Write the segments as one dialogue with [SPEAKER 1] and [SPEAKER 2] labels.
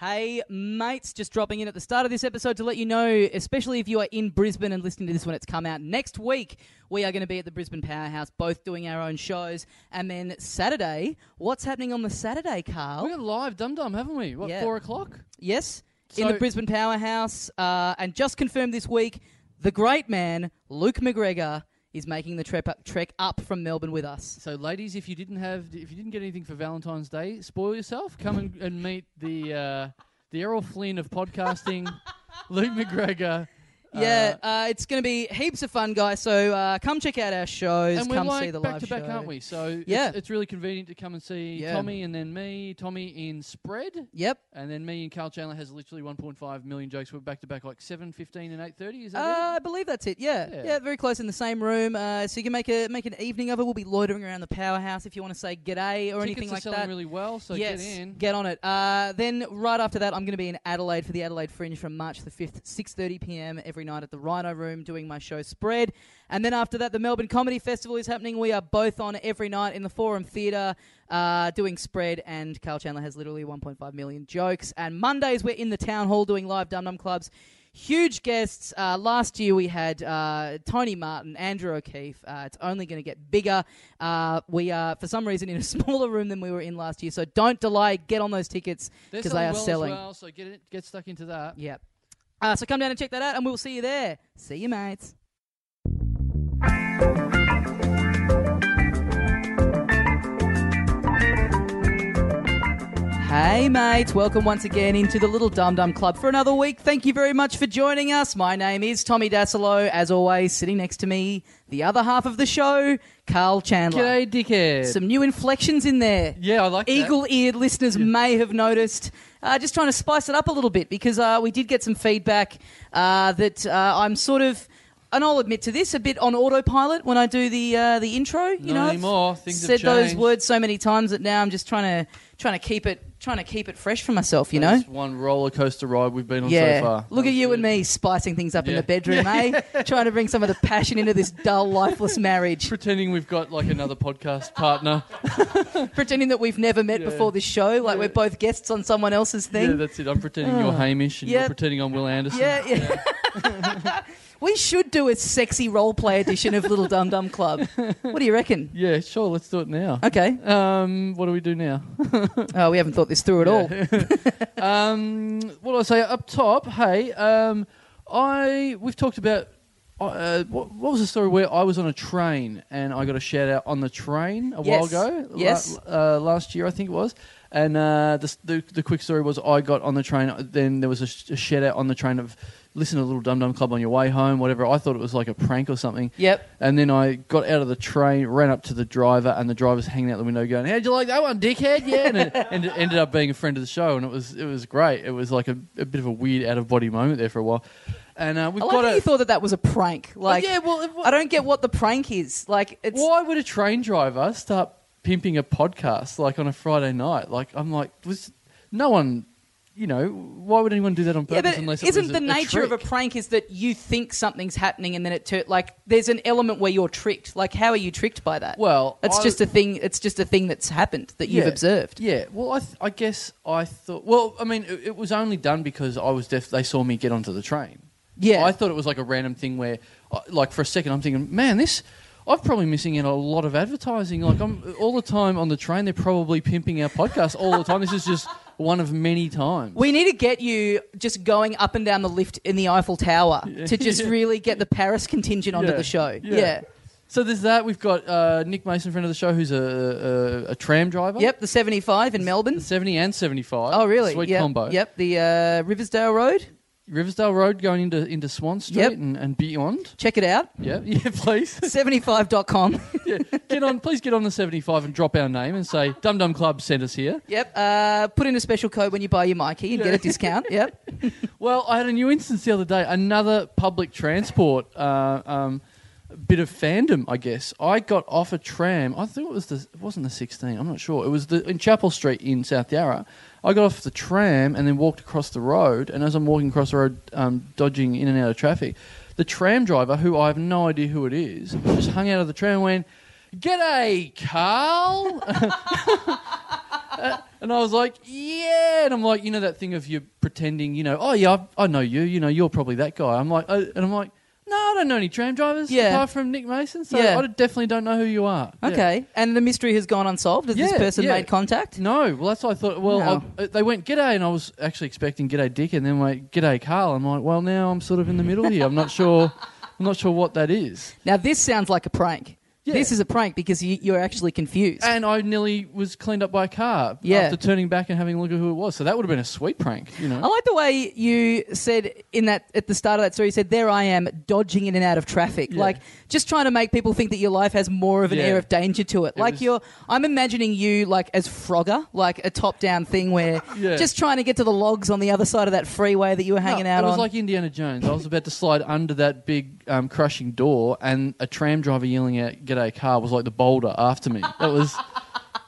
[SPEAKER 1] Hey, mates, just dropping in at the start of this episode to let you know, especially if you are in Brisbane and listening to this when it's come out next week, we are going to be at the Brisbane Powerhouse, both doing our own shows. And then Saturday, what's happening on the Saturday, Carl?
[SPEAKER 2] We're live dum dum, haven't we? What,
[SPEAKER 1] Oh. Yeah.
[SPEAKER 2] four o'clock?
[SPEAKER 1] Yes, in
[SPEAKER 2] So-
[SPEAKER 1] the Brisbane powerhouse, uh, and just confirmed this week, the great man Luke McGregor is making the trep up, trek up from Melbourne with us.
[SPEAKER 2] So, ladies, if you didn't have, if you didn't get anything for Valentine's Day, spoil yourself. Come and, and meet the uh, the Errol Flynn of podcasting, Luke McGregor.
[SPEAKER 1] Yeah,
[SPEAKER 2] uh,
[SPEAKER 1] uh, it's going to be heaps of fun, guys. So uh, come check out our shows.
[SPEAKER 2] and we're
[SPEAKER 1] come
[SPEAKER 2] like
[SPEAKER 1] see the
[SPEAKER 2] back
[SPEAKER 1] live
[SPEAKER 2] to back,
[SPEAKER 1] show.
[SPEAKER 2] aren't we? So
[SPEAKER 1] Yeah.
[SPEAKER 2] it's, it's really convenient to come and see
[SPEAKER 1] Yeah.
[SPEAKER 2] Tommy and then me. Tommy in spread,
[SPEAKER 1] Yep.
[SPEAKER 2] and then me and Carl Chandler has literally 1.5 million jokes. We're back to back like 7:15 and 8:30. Is that it?
[SPEAKER 1] Uh, I believe that's it. Yeah. yeah,
[SPEAKER 2] Yeah.
[SPEAKER 1] very close in the same room. Uh, so you can make a make an evening of it. We'll be loitering around the powerhouse if you want to say g'day Oh, or
[SPEAKER 2] Tickets
[SPEAKER 1] anything
[SPEAKER 2] are
[SPEAKER 1] like
[SPEAKER 2] selling
[SPEAKER 1] that.
[SPEAKER 2] really well, so
[SPEAKER 1] yes,
[SPEAKER 2] get in.
[SPEAKER 1] on it. Uh, then right after that, I'm going to be in Adelaide for the Adelaide Fringe from March the 5th, 6:30 p.m. every night at the Rhino Room, doing my show Spread. And then after that, the Melbourne Comedy Festival is happening. We are both on every night in the Forum Theatre, uh, doing Spread. And Carl Chandler has literally 1.5 million jokes. And Mondays, we're in the Town Hall doing live Dum Dum Clubs. Huge guests. Uh, last year we had uh, Tony Martin, Andrew O'Keefe. Uh, it's only going to get bigger. Uh, we are, for some reason, in a smaller room than we were in last year. So don't delay. Get on those tickets
[SPEAKER 2] They're
[SPEAKER 1] because they are
[SPEAKER 2] well
[SPEAKER 1] selling.
[SPEAKER 2] As well, so get it, get stuck into that.
[SPEAKER 1] Yep. Uh, so come down and check that out, and we'll see you there. See you, mates. Hey, mates, welcome once again into the Little Dum Dum Club for another week. Thank you very much for joining us. My name is Tommy Dasilo. As always, sitting next to me, the other half of the show, Carl Chandler.
[SPEAKER 2] G'day, dickhead.
[SPEAKER 1] Some new inflections in there.
[SPEAKER 2] yeah, I like that.
[SPEAKER 1] Eagle eared listeners may have noticed. Uh, just trying to spice it up a little bit because uh, we did get some feedback uh, that uh, I'm sort of, and I'll admit to this, a bit on autopilot when I do the uh, the intro. You
[SPEAKER 2] Not
[SPEAKER 1] know, I've
[SPEAKER 2] anymore. Things have
[SPEAKER 1] said those
[SPEAKER 2] changed.
[SPEAKER 1] words so many times that now I'm just trying to trying to keep it trying to keep it fresh for myself. You know,
[SPEAKER 2] That's one roller coaster ride we've been on
[SPEAKER 1] yeah.
[SPEAKER 2] so far.
[SPEAKER 1] Look
[SPEAKER 2] That
[SPEAKER 1] at
[SPEAKER 2] was
[SPEAKER 1] you
[SPEAKER 2] good.
[SPEAKER 1] and me spicing things up in
[SPEAKER 2] Yeah.
[SPEAKER 1] the bedroom, eh? trying to bring some of the passion into this dull, lifeless marriage.
[SPEAKER 2] Pretending we've got like another podcast partner.
[SPEAKER 1] pretending that we've never met
[SPEAKER 2] Yeah.
[SPEAKER 1] before this show, like we're both guests on someone else's thing. Uh,
[SPEAKER 2] Yeah, that's it. I'm pretending you're Hamish and
[SPEAKER 1] Yeah.
[SPEAKER 2] you're pretending I'm Will Anderson.
[SPEAKER 1] Yeah, yeah. we should do a sexy role play edition of Little Dum Dum Club. What do you reckon?
[SPEAKER 2] Yeah, sure. Let's do it now.
[SPEAKER 1] Okay.
[SPEAKER 2] Um, what do we do now?
[SPEAKER 1] Oh, we haven't thought this through at all.
[SPEAKER 2] um, what do I say up top? Hey, um, I we've talked about uh, what, what was the story where I was on a train and I got a shout out on the train a
[SPEAKER 1] Yes.
[SPEAKER 2] while ago.
[SPEAKER 1] Yes.
[SPEAKER 2] uh, last year I think it was. And uh, the, s- the the quick story was I got on the train. uh, Then there was a, sh- a shout out on the train of listen to Little Dum Dum Club on your way home. Whatever. I thought it was like a prank or something.
[SPEAKER 1] Yep.
[SPEAKER 2] And then I got out of the train, ran up to the driver, and the driver's hanging out the window going, "How'd you like that one, dickhead?" Yeah, and it, and it ended up being a friend of the show, and it was it was great. It was like a, a bit of a weird out of body moment there for a while. And uh, we've
[SPEAKER 1] I like
[SPEAKER 2] got
[SPEAKER 1] how
[SPEAKER 2] a Oh,
[SPEAKER 1] you thought that that was a prank. Like,
[SPEAKER 2] yeah, well, it wa-
[SPEAKER 1] I don't get what the prank is. Like, it's
[SPEAKER 2] why would a train driver start pimping a podcast like on a Friday night? Like I'm like, was no one, you know, why would anyone do that on
[SPEAKER 1] yeah,
[SPEAKER 2] purpose?
[SPEAKER 1] but
[SPEAKER 2] unless it
[SPEAKER 1] isn't
[SPEAKER 2] was a-
[SPEAKER 1] the nature of a
[SPEAKER 2] trick?
[SPEAKER 1] prank is that you think something's happening and then it tur- like there's an element where you're tricked. Like, how are you tricked by that?
[SPEAKER 2] Well,
[SPEAKER 1] it's
[SPEAKER 2] I-
[SPEAKER 1] just a thing. It's just a thing that's happened that you've
[SPEAKER 2] Yeah.
[SPEAKER 1] observed.
[SPEAKER 2] Yeah. Well, I, th- I guess I thought. Well, I mean, it, it was only done because I was deaf. They saw me get onto the train.
[SPEAKER 1] Yeah.
[SPEAKER 2] I thought it was like a random thing where, uh, like, for a second, I'm thinking, man, this. I'm probably missing out on a lot of advertising. Like, I'm all the time on the train. They're probably pimping our podcast all the time. This is just one of many times.
[SPEAKER 1] We need to get you just going up and down the lift in the Eiffel Tower to just
[SPEAKER 2] Yeah.
[SPEAKER 1] really get the Paris contingent onto
[SPEAKER 2] Yeah.
[SPEAKER 1] the show. Yeah.
[SPEAKER 2] Yeah. So there's that. We've got uh, Nick Mason, friend of the show, who's a, a, a tram driver.
[SPEAKER 1] Yep, the 75 in Melbourne.
[SPEAKER 2] Seventy and seventy-five.
[SPEAKER 1] Oh, really?
[SPEAKER 2] Sweet
[SPEAKER 1] yep.
[SPEAKER 2] combo.
[SPEAKER 1] Yep, the uh, Riversdale Road.
[SPEAKER 2] Riversdale Road going into into Swan Street
[SPEAKER 1] Yep.
[SPEAKER 2] and, and beyond.
[SPEAKER 1] Check it out.
[SPEAKER 2] Yeah, yeah, please.
[SPEAKER 1] 75.com.
[SPEAKER 2] Yeah. Get on, please get on the 75 and drop our name and say, Dum Dum Club sent us here.
[SPEAKER 1] yep. Uh, put in a special code when you buy your Mikey and get a discount. Yep.
[SPEAKER 2] Well, I had a new instance the other day, another public transport uh, um, bit of fandom, I guess. I got off a tram, I think it, was the, it wasn't the 16, I'm not sure. It was the, in Chapel Street in South Yarra. I got off the tram and then walked across the road, and as I'm walking across the road, um, dodging in and out of traffic, the tram driver, who I have no idea who it is, just hung out of the tram and went, G'day, Carl. And I was like, yeah. And I'm like, you know, that thing of you pretending, you know, oh, yeah, I, I know you. You know, you're probably that guy. I'm like, oh, and I'm like, no, I don't know any tram drivers
[SPEAKER 1] Yeah.
[SPEAKER 2] apart from Nick Mason. So
[SPEAKER 1] Yeah.
[SPEAKER 2] I definitely don't know who you are. Yeah.
[SPEAKER 1] Okay, and the mystery has gone unsolved. Has this
[SPEAKER 2] Yeah,
[SPEAKER 1] person
[SPEAKER 2] yeah.
[SPEAKER 1] made contact?
[SPEAKER 2] No, well, that's what I thought. Well,
[SPEAKER 1] No.
[SPEAKER 2] I, uh, they went g'day, and I was actually expecting g'day Dick, and then went g'day Carl. I'm like, well, now I'm sort of in the middle here. I'm not sure. I'm not sure what that is.
[SPEAKER 1] Now this sounds like a prank.
[SPEAKER 2] Yeah.
[SPEAKER 1] This is a prank because you, you're actually confused.
[SPEAKER 2] And I nearly was cleaned up by a car
[SPEAKER 1] Yeah.
[SPEAKER 2] after turning back and having a look at who it was. So that would have been a sweet prank, you
[SPEAKER 1] I
[SPEAKER 2] know.
[SPEAKER 1] like the way you said in that at the start of that story. You said, "There I am, dodging in and out of traffic,
[SPEAKER 2] Yeah.
[SPEAKER 1] like just trying to make people think that your life has more of an
[SPEAKER 2] Yeah.
[SPEAKER 1] air of danger to it."
[SPEAKER 2] It
[SPEAKER 1] like
[SPEAKER 2] was-
[SPEAKER 1] you're, I'm imagining you like as Frogger, like a top-down thing where
[SPEAKER 2] Yeah.
[SPEAKER 1] just trying to get to the logs on the other side of that freeway that you were hanging
[SPEAKER 2] No,
[SPEAKER 1] out
[SPEAKER 2] It was
[SPEAKER 1] on.
[SPEAKER 2] like Indiana Jones. I was about to slide under that big um, crushing door, and a tram driver yelling at "G'day, car" was like the boulder after me. That was.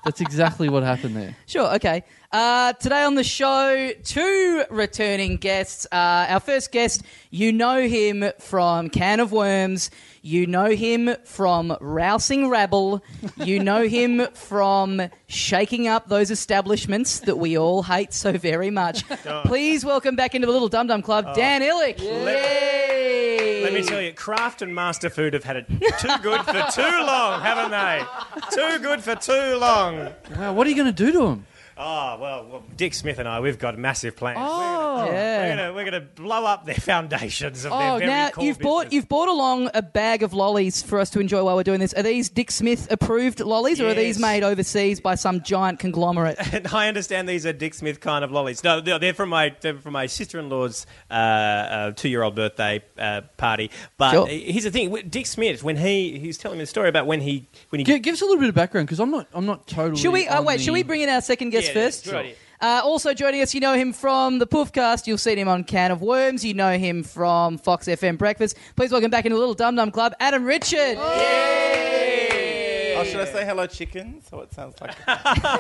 [SPEAKER 2] That's exactly what happened there.
[SPEAKER 1] Sure, okay. Uh, today on the show, two returning guests. Uh, our first guest, you know him from Can of Worms, you know him from Rousing Rabble, you know him from shaking up those establishments that we all hate so very much. Please welcome back into the Little Dum Dum Club, Dan Illick. Yay!
[SPEAKER 3] Let Oh. me tell you, Kraft and Master Food have had it too good for too long, haven't they? Too good for too long.
[SPEAKER 2] Wow, what are you going to do to him?
[SPEAKER 3] Ah, well, well, Dick Smith and I, we've got massive plans.
[SPEAKER 2] Oh,
[SPEAKER 3] We're
[SPEAKER 1] Yeah.
[SPEAKER 3] gonna, we're gonna blow up their foundations of
[SPEAKER 2] Oh,
[SPEAKER 3] their very
[SPEAKER 1] Now
[SPEAKER 3] core
[SPEAKER 1] you've bought
[SPEAKER 3] business.
[SPEAKER 1] you've bought along a bag of lollies for us to enjoy while we're doing this. Are these Dick Smith approved lollies, or are these
[SPEAKER 3] Yes.
[SPEAKER 1] made overseas by some giant conglomerate?
[SPEAKER 3] And I understand these are Dick Smith kind of lollies. No, they're they're from my they're from my sister in law's uh, uh, two year old birthday uh, party. But
[SPEAKER 1] Sure.
[SPEAKER 3] here's the thing: Dick Smith, when he he's telling me the story about when he when he
[SPEAKER 2] Gi- give us a little bit of background because I'm not. I'm not totally.
[SPEAKER 1] Should we? Oh
[SPEAKER 2] on
[SPEAKER 1] wait,
[SPEAKER 2] the-
[SPEAKER 1] should we bring in our second guest
[SPEAKER 3] Yeah, yeah,
[SPEAKER 1] first?
[SPEAKER 3] good Sure. idea.
[SPEAKER 1] Uh, also joining us, you know him from the Poofcast. You've seen him on Can of Worms. You know him from Fox FM Breakfast. Please welcome back into the Little Dum Dum Club, Adam Richard.
[SPEAKER 4] Oh, should I say hello, chicken? So it sounds like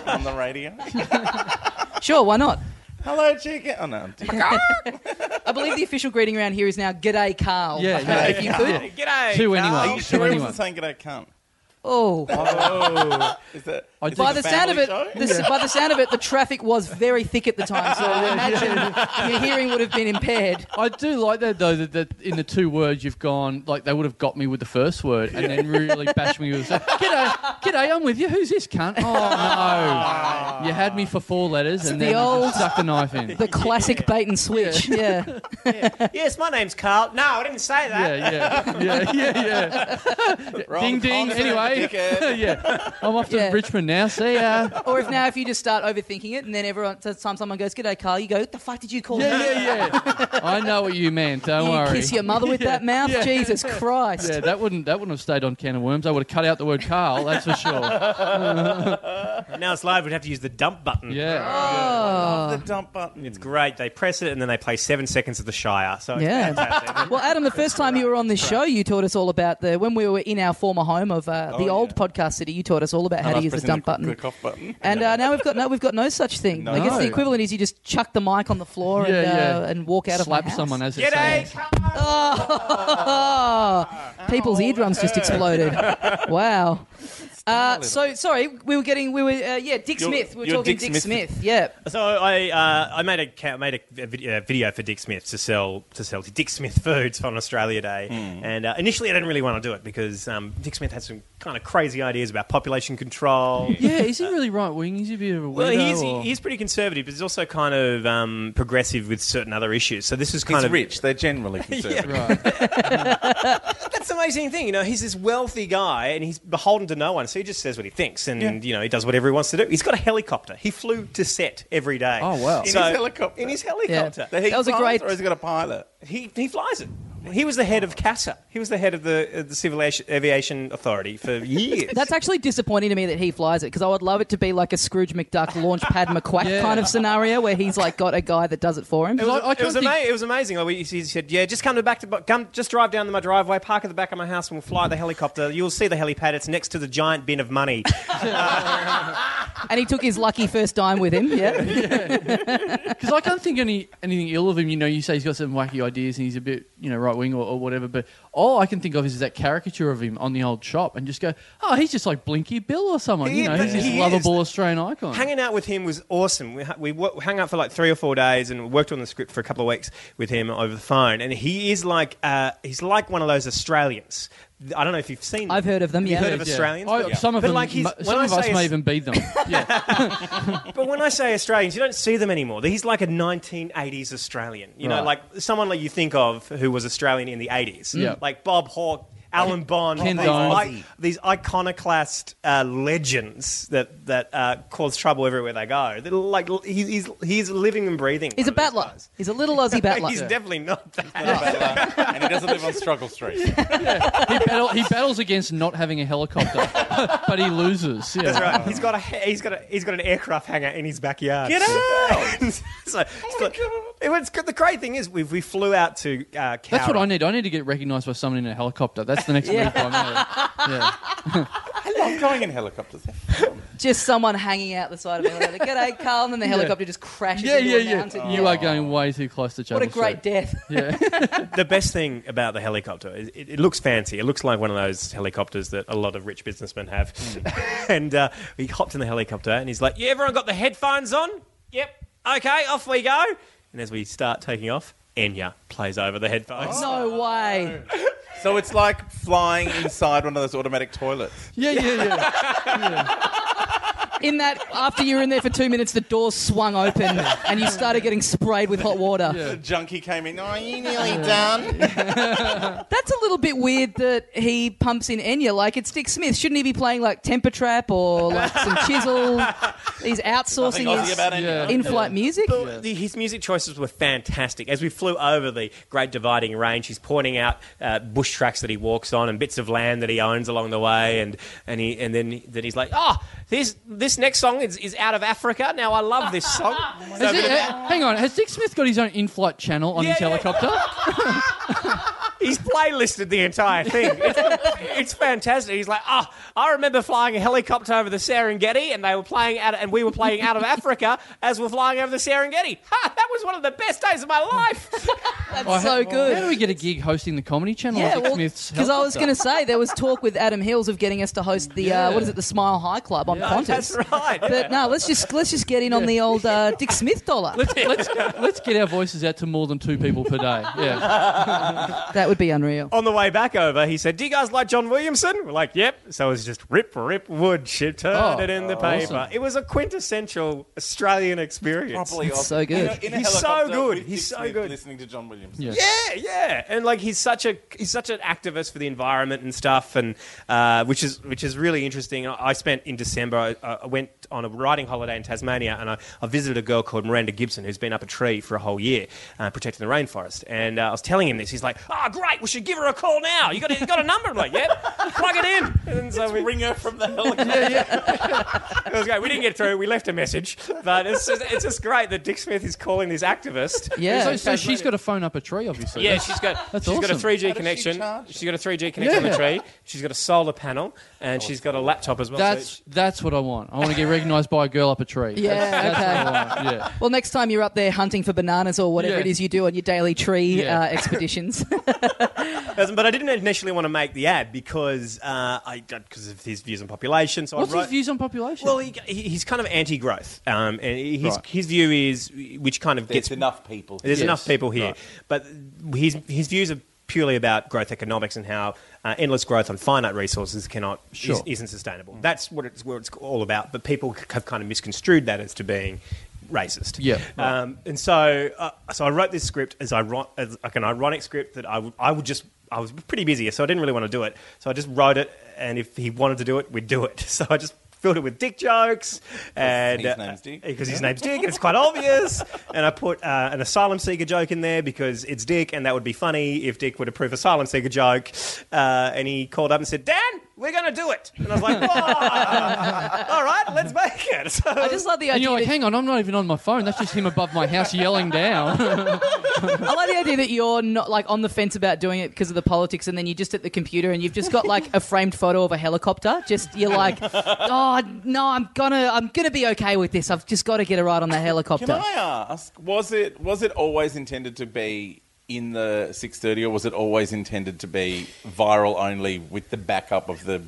[SPEAKER 4] on the radio.
[SPEAKER 1] Sure, why not?
[SPEAKER 4] hello, chicken. Oh no.
[SPEAKER 1] I believe the official greeting around here is now "G'day, Carl."
[SPEAKER 2] Yeah,
[SPEAKER 1] Uh,
[SPEAKER 2] yeah.
[SPEAKER 1] if you could.
[SPEAKER 2] Yeah.
[SPEAKER 3] g'day
[SPEAKER 2] To
[SPEAKER 3] Carl.
[SPEAKER 2] anyone.
[SPEAKER 4] Are you sure it
[SPEAKER 2] anyone.
[SPEAKER 4] wasn't saying g'day, cunt?
[SPEAKER 1] Oh.
[SPEAKER 4] Is that?
[SPEAKER 2] I
[SPEAKER 4] is
[SPEAKER 2] do-
[SPEAKER 4] this
[SPEAKER 1] by
[SPEAKER 4] a
[SPEAKER 1] the sound of
[SPEAKER 4] family
[SPEAKER 1] it,
[SPEAKER 4] show?
[SPEAKER 1] the, by the sound of it, the traffic was very thick at the time. So I imagine your hearing would have been impaired.
[SPEAKER 2] I do like that though. That, that in the two words you've gone like they would have got me with the first word and then really bashed me with the second. G'day, g'day, I'm with you. Who's this cunt? Oh no, you had me for four letters and
[SPEAKER 1] the
[SPEAKER 2] then you
[SPEAKER 1] old-
[SPEAKER 2] just stuck the knife in.
[SPEAKER 1] The classic bait and switch. Yeah.
[SPEAKER 3] Yes, my name's Carl. No, I didn't say that.
[SPEAKER 2] yeah, yeah, yeah, yeah, yeah.
[SPEAKER 4] Wrong
[SPEAKER 2] ding, ding.
[SPEAKER 4] continent,
[SPEAKER 2] Anyway,
[SPEAKER 4] dickhead.
[SPEAKER 2] yeah, I'm off to
[SPEAKER 1] Yeah.
[SPEAKER 2] Richmond now. See ya.
[SPEAKER 1] Or if now if you just start overthinking it, and then everyone time someone goes, "G'day, Carl," you go, "What the fuck did you call
[SPEAKER 2] Yeah,
[SPEAKER 1] me?"
[SPEAKER 2] yeah, yeah. I know what you meant. Don't
[SPEAKER 1] you
[SPEAKER 2] worry.
[SPEAKER 1] kiss your mother with that mouth,
[SPEAKER 2] Yeah.
[SPEAKER 1] Jesus Christ!
[SPEAKER 2] Yeah, that wouldn't that wouldn't have stayed on can of worms. I would have cut out the word Carl. That's for sure.
[SPEAKER 3] Now it's live. We'd have to use the dump button.
[SPEAKER 2] Yeah.
[SPEAKER 1] Oh,
[SPEAKER 4] the dump button.
[SPEAKER 3] It's great. They press it and then they play seven seconds of the Shire. So it's
[SPEAKER 1] Yeah.
[SPEAKER 3] fantastic.
[SPEAKER 1] Well, Adam, the first time you were on this show, you taught us all about the when we were in our former home of uh,
[SPEAKER 2] Oh,
[SPEAKER 1] the
[SPEAKER 4] yeah.
[SPEAKER 1] old podcast city. You taught us all about how
[SPEAKER 4] I
[SPEAKER 1] to
[SPEAKER 4] was
[SPEAKER 1] use the
[SPEAKER 4] pressing
[SPEAKER 1] dump
[SPEAKER 4] the,
[SPEAKER 1] button.
[SPEAKER 4] The cough button.
[SPEAKER 1] And uh, now we've got no, we've got no such thing. I guess the
[SPEAKER 2] No.
[SPEAKER 1] equivalent is you just chuck the mic on the floor and,
[SPEAKER 2] Yeah,
[SPEAKER 1] uh,
[SPEAKER 2] yeah.
[SPEAKER 1] and walk out of my
[SPEAKER 2] Slap
[SPEAKER 1] house.
[SPEAKER 2] someone as it
[SPEAKER 3] G'day,
[SPEAKER 2] says.
[SPEAKER 1] People's eardrums just exploded. wow. Uh, so sorry, we were getting we were uh, yeah Dick
[SPEAKER 4] You're-
[SPEAKER 1] Smith. We were
[SPEAKER 4] you're
[SPEAKER 1] talking
[SPEAKER 4] Dick
[SPEAKER 1] Dick
[SPEAKER 4] Smith.
[SPEAKER 1] Smith. Yeah.
[SPEAKER 3] So I uh, I made a ca- made a, a vid- a video for Dick Smith to sell to sell to Dick Smith Foods on Australia Day, and uh, initially I didn't really want to do it because um, Dick Smith had some kind of crazy ideas about population control.
[SPEAKER 2] Yeah, is he really right wing? Is he a bit of a weirdo?
[SPEAKER 3] Well, he's,
[SPEAKER 2] or-
[SPEAKER 3] he's pretty conservative, but he's also kind of um, progressive with certain other issues. So this is kind
[SPEAKER 4] He's
[SPEAKER 3] of
[SPEAKER 4] rich. They're generally conservative.
[SPEAKER 2] right.
[SPEAKER 3] That's the amazing thing, you know. He's this wealthy guy, and he's beholden to no one, so he just says what he thinks, and
[SPEAKER 4] Yeah.
[SPEAKER 3] you know he does whatever he wants to do. He's got a helicopter. He flew to set every day.
[SPEAKER 2] Oh, wow.
[SPEAKER 4] In
[SPEAKER 3] So-
[SPEAKER 4] his helicopter.
[SPEAKER 3] In his
[SPEAKER 1] Yeah.
[SPEAKER 3] helicopter.
[SPEAKER 4] The heat
[SPEAKER 1] That was a
[SPEAKER 4] flies,
[SPEAKER 1] great-
[SPEAKER 4] Or has he got a pilot?
[SPEAKER 3] He he flies it. He was the head of CASA. He was the head of the uh, the Civil Avi- Aviation Authority for years.
[SPEAKER 1] That's actually disappointing to me that he flies it because I would love it to be like a Scrooge McDuck launchpad McQuack
[SPEAKER 2] Yeah.
[SPEAKER 1] kind of scenario where he's like got a guy that does it for him.
[SPEAKER 3] it was,
[SPEAKER 2] I- I
[SPEAKER 3] it, was
[SPEAKER 2] can't
[SPEAKER 3] ama- it was amazing. Like we, he said, "Yeah, just come to back to bu- come, just drive down to my driveway, park at the back of my house, and we'll fly the helicopter. You'll see the helipad. It's next to the giant bin of money."
[SPEAKER 1] And he took his lucky first dime with him. Yeah.
[SPEAKER 2] Because I can't think any anything ill of him. You know, you say he's got some wacky ideas and he's a bit, you know, right right wing or, or whatever. But all I can think of is that caricature of him on the old shop, and just go, oh, he's just like Blinky Bill or someone.
[SPEAKER 3] He-
[SPEAKER 2] you know, he's
[SPEAKER 3] he
[SPEAKER 2] this
[SPEAKER 3] is.
[SPEAKER 2] lovable Australian icon.
[SPEAKER 3] Hanging out with him was awesome. We, hu- we wo- hung out for like three or four days and worked on the script for a couple of weeks with him over the phone. And he is like uh, he's like one of those Australians. I don't know if you've seen.
[SPEAKER 1] I've heard of them,
[SPEAKER 3] You've
[SPEAKER 1] yeah.
[SPEAKER 3] heard of
[SPEAKER 2] Yeah.
[SPEAKER 3] Australians.
[SPEAKER 2] I-
[SPEAKER 3] But-
[SPEAKER 2] Some of
[SPEAKER 3] but
[SPEAKER 2] them,
[SPEAKER 3] like he's-
[SPEAKER 2] mu-
[SPEAKER 3] when
[SPEAKER 2] some
[SPEAKER 3] I
[SPEAKER 2] of us
[SPEAKER 3] say
[SPEAKER 2] may
[SPEAKER 3] it's-
[SPEAKER 2] even be them. Yeah,
[SPEAKER 3] But when I say Australians, you don't see them anymore. He's like a 1980s Australian. You know,
[SPEAKER 2] Right.
[SPEAKER 3] like someone like you think of who was Australian in the 80s.
[SPEAKER 2] Yeah.
[SPEAKER 3] Like Bob Hawke, Alan Bond,
[SPEAKER 2] Ken
[SPEAKER 3] these,
[SPEAKER 2] Dines.
[SPEAKER 3] i- these iconoclast uh, legends that, that uh, cause trouble everywhere they go. They're like l- he's, he's, he's living and breathing.
[SPEAKER 1] He's a
[SPEAKER 3] one of these
[SPEAKER 1] battler.
[SPEAKER 3] guys.
[SPEAKER 1] He's a little Aussie battler.
[SPEAKER 3] He's definitely not that.
[SPEAKER 4] and he doesn't live on Struggle Street.
[SPEAKER 2] he, battle, he battles against not having a helicopter, but he loses. Yeah.
[SPEAKER 3] That's right. He's got a he's got a he's got an aircraft hangar in his backyard.
[SPEAKER 4] Get out!
[SPEAKER 3] so,
[SPEAKER 2] Oh
[SPEAKER 3] so- it was, the great thing is we we flew out to uh,
[SPEAKER 2] That's what
[SPEAKER 3] Cowra.
[SPEAKER 2] I need. I need to get recognised by someone in a helicopter. That's the next move I made. Yeah.
[SPEAKER 4] I love going in helicopters.
[SPEAKER 1] Just someone hanging out the side of the elevator. G'day, Carl. And then the helicopter just crashes
[SPEAKER 2] Yeah,
[SPEAKER 1] into
[SPEAKER 2] yeah,
[SPEAKER 1] a
[SPEAKER 2] yeah.
[SPEAKER 1] mountain.
[SPEAKER 2] You are going way too close to Channel
[SPEAKER 1] What a great death.
[SPEAKER 2] Yeah.
[SPEAKER 3] the best thing about the helicopter is it, it looks fancy. It looks like one of those helicopters that a lot of rich businessmen have. and uh, he hopped in the helicopter and he's like, "Yeah, everyone got the headphones on? Yep. Okay, off we go." And as we start taking off, Enya plays over the headphones.
[SPEAKER 1] No way.
[SPEAKER 4] So it's like flying inside one of those automatic toilets.
[SPEAKER 2] yeah, yeah, yeah.
[SPEAKER 1] In that, after you were in there for two minutes, the door swung open and you started getting sprayed with hot water.
[SPEAKER 4] The junkie came in. Oh, you nearly
[SPEAKER 1] Uh,
[SPEAKER 4] done?
[SPEAKER 1] That's a little bit weird that he pumps in Enya. Like, it's Dick Smith. Shouldn't he be playing, like, Temper Trap or, like, some Chisel? He's
[SPEAKER 4] Nothing
[SPEAKER 1] outsourcing
[SPEAKER 4] Aussie
[SPEAKER 1] his
[SPEAKER 4] about it.
[SPEAKER 2] Yeah.
[SPEAKER 1] in flight music.
[SPEAKER 3] Well, the- his music choices were fantastic. As we flew over the Great Dividing Range, he's pointing out uh, bush tracks that he walks on and bits of land that he owns along the way, and and he and then then he's like, oh, this this next song is, is out of Africa. Now I love this song. So-
[SPEAKER 2] Has it- uh, hang on. Has Dick Smith got his own in-flight channel on
[SPEAKER 3] Yeah,
[SPEAKER 2] his
[SPEAKER 3] yeah.
[SPEAKER 2] helicopter?
[SPEAKER 3] he's playlisted the entire thing. It's, it's fantastic. He's like, oh, I remember flying a helicopter over the Serengeti, and they were playing out, and we were playing out of Africa as we're flying over the Serengeti. Ha, that was one of the best days of my life.
[SPEAKER 1] That's
[SPEAKER 2] Oh,
[SPEAKER 1] so
[SPEAKER 2] how-
[SPEAKER 1] good.
[SPEAKER 2] How do we get a gig hosting the comedy channel? on
[SPEAKER 1] Yeah,
[SPEAKER 2] Dick
[SPEAKER 1] well,
[SPEAKER 2] Smith's
[SPEAKER 1] because I was
[SPEAKER 2] helicopter?
[SPEAKER 1] going to say there was talk with Adam Hills of getting us to host the
[SPEAKER 2] Yeah.
[SPEAKER 1] uh, what is it, the Smile High Club on Qantas.
[SPEAKER 3] That's right.
[SPEAKER 1] But no, let's just let's just get in on the old uh, Dick Smith dollar.
[SPEAKER 2] Let's, let's get our voices out to more than two people per day. Yeah.
[SPEAKER 1] That would be unreal.
[SPEAKER 3] on the way back over, he said, "Do you guys like John Williamson?" We're like, "Yep." So it was just rip, rip wood. She turned
[SPEAKER 2] Oh,
[SPEAKER 3] it in the
[SPEAKER 2] awesome.
[SPEAKER 3] paper. It was a quintessential Australian experience.
[SPEAKER 4] Properly
[SPEAKER 1] It's
[SPEAKER 4] off-
[SPEAKER 1] so good.
[SPEAKER 4] In a- in a
[SPEAKER 3] He's so
[SPEAKER 4] helicopter
[SPEAKER 3] good.
[SPEAKER 4] with
[SPEAKER 3] He's so
[SPEAKER 4] Dick Smith
[SPEAKER 3] good.
[SPEAKER 4] Listening to John Williams.
[SPEAKER 2] Yeah.
[SPEAKER 3] Yeah, yeah, and like he's such a he's such an activist for the environment and stuff, and uh, which is which is really interesting. I I spent in December. I, I went on a riding holiday in Tasmania, and I, I visited a girl called Miranda Gibson who's been up a tree for a whole year, uh, protecting the rainforest. And uh, I was telling him this. He's like, "Oh, great! We should give her a call now. You got a, you got a number?" I'm like, "Yep, plug it in." And so we,
[SPEAKER 4] Ring her from the helicopter.
[SPEAKER 3] it was great. We didn't get through. We left a message, but it's just, it's just great that Dick Smith is calling this activist.
[SPEAKER 1] Yeah.
[SPEAKER 2] So, so she's got to phone up a tree, obviously.
[SPEAKER 3] Yeah, she's got
[SPEAKER 2] That's
[SPEAKER 3] she's got a
[SPEAKER 2] awesome.
[SPEAKER 3] 3G
[SPEAKER 4] she
[SPEAKER 3] connection.
[SPEAKER 4] charge
[SPEAKER 3] She's got a 3G connection on the
[SPEAKER 2] Yeah.
[SPEAKER 3] tree. She's got a solar panel, and she's got a laptop as well. so
[SPEAKER 2] That's that's what I want. I want to get recognised by a girl up a tree.
[SPEAKER 1] Yeah,
[SPEAKER 2] That's- that's
[SPEAKER 1] okay.
[SPEAKER 2] what I want. Yeah.
[SPEAKER 1] Well, next time you're up there hunting for bananas or whatever
[SPEAKER 2] Yeah.
[SPEAKER 1] it is you do on your daily tree
[SPEAKER 2] Yeah.
[SPEAKER 1] uh, expeditions,
[SPEAKER 3] she- but I didn't initially want to make the ad because uh, I because of his views on population. So
[SPEAKER 2] What's
[SPEAKER 3] I wrote,
[SPEAKER 2] his views on population?
[SPEAKER 3] Well, he, he- he's kind of anti-growth, um, and his
[SPEAKER 2] Right.
[SPEAKER 3] his view is which kind of
[SPEAKER 4] There's
[SPEAKER 3] gets
[SPEAKER 4] enough people.
[SPEAKER 3] There's
[SPEAKER 2] Yes.
[SPEAKER 3] enough people here,
[SPEAKER 4] Right.
[SPEAKER 3] but his his views are purely about growth economics and how uh, endless growth on finite resources cannot
[SPEAKER 2] Sure. Mm.
[SPEAKER 3] is, isn't sustainable. That's what it's what it's all about. But people c- have kind of misconstrued that as to being racist.
[SPEAKER 2] Yeah, right.
[SPEAKER 3] Um, and so uh, so I wrote this script as, iron- as like an ironic script that I would I would just I was pretty busy, so I didn't really want to do it. So I just wrote it, and if he wanted to do it, we'd do it. So I just. Filled it with dick jokes, and
[SPEAKER 4] his
[SPEAKER 3] uh,
[SPEAKER 4] name's Dick.
[SPEAKER 3] because his name's Dick, and it's quite obvious. And I put uh, an asylum seeker joke in there because it's Dick, and that would be funny if Dick would approve asylum seeker joke. Uh, and he called up and said, "Dan, we're going to do it." And I was like, "Whoa, "All right, let's make it." So,
[SPEAKER 1] I just love the
[SPEAKER 2] and
[SPEAKER 1] idea.
[SPEAKER 2] you're like,
[SPEAKER 1] that-
[SPEAKER 2] hang on, I'm not even on my phone. That's just him above my house yelling down.
[SPEAKER 1] I like the idea that you're not like on the fence about doing it because of the politics, and then you're just at the computer and you've just got like a framed photo of a helicopter. Just you're like, oh no, I'm gonna, I'm gonna be okay with this. I've just got to get a ride on the helicopter.
[SPEAKER 4] Can I ask? Was it was it always intended to be in the 6:30, or was it always intended to be viral only with the backup of the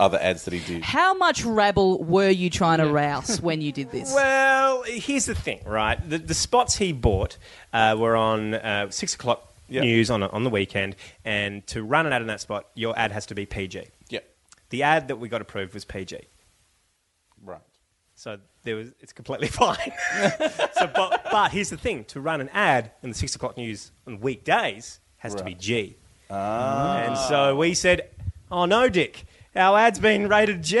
[SPEAKER 4] other ads that he did?
[SPEAKER 1] How much rabble were you trying to rouse when you did this?
[SPEAKER 3] Well, here's the thing, right? The, the spots he bought uh, were on uh, six o'clock
[SPEAKER 4] Yeah.
[SPEAKER 3] news on on the weekend, and to run an ad in that spot, your ad has to be PG.
[SPEAKER 4] Yeah,
[SPEAKER 3] The ad that we got approved was PG,
[SPEAKER 4] right.
[SPEAKER 3] so there was it's completely fine. so, but, but here's the thing: to run an ad in the six o'clock news on weekdays has to be
[SPEAKER 4] Right. Ah.
[SPEAKER 3] G. And so we said, "Oh no, Dick." Our ad's been rated G.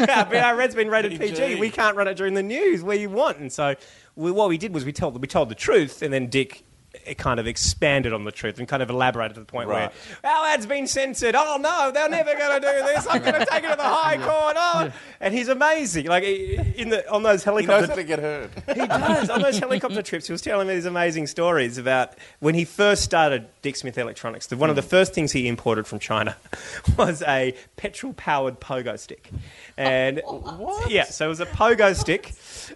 [SPEAKER 3] our our ad's been rated
[SPEAKER 4] PG.
[SPEAKER 3] PG. We can't run it during the news where you want. And so we, what we did was we told we told the truth, and then Dick eh, kind of expanded on the truth and kind of elaborated to the point
[SPEAKER 4] Right.
[SPEAKER 3] where our ad's been censored. Oh no, they're never going to do this. I'm going to take it to the High Court. Oh. And he's amazing. Like eh, eh, in the on those
[SPEAKER 4] He knows
[SPEAKER 3] helicopter
[SPEAKER 4] how to get heard.
[SPEAKER 3] he does. On those helicopter trips, he was telling me these amazing stories about when he first started Dick Smith Electronics. The, one
[SPEAKER 4] Mm.
[SPEAKER 3] of the first things he imported from China was a petrol powered pogo stick. And
[SPEAKER 4] What?
[SPEAKER 3] yeah, so it was a pogo stick.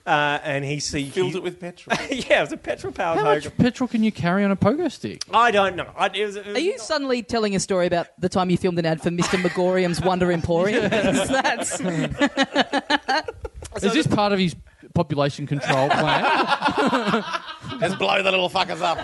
[SPEAKER 3] Uh, and he see
[SPEAKER 4] Filled it with petrol.
[SPEAKER 3] yeah, it was a petrol powered
[SPEAKER 2] How
[SPEAKER 3] pogo.
[SPEAKER 2] much petrol can you carry on a pogo stick?
[SPEAKER 3] I don't know. I, it was, it was
[SPEAKER 1] Are you suddenly telling a story about the time you filmed an ad for Mr. Megorium's Wonder Emporium? 'Cause that's
[SPEAKER 2] Is this part of his population control plan?
[SPEAKER 4] Just blow the little fuckers up.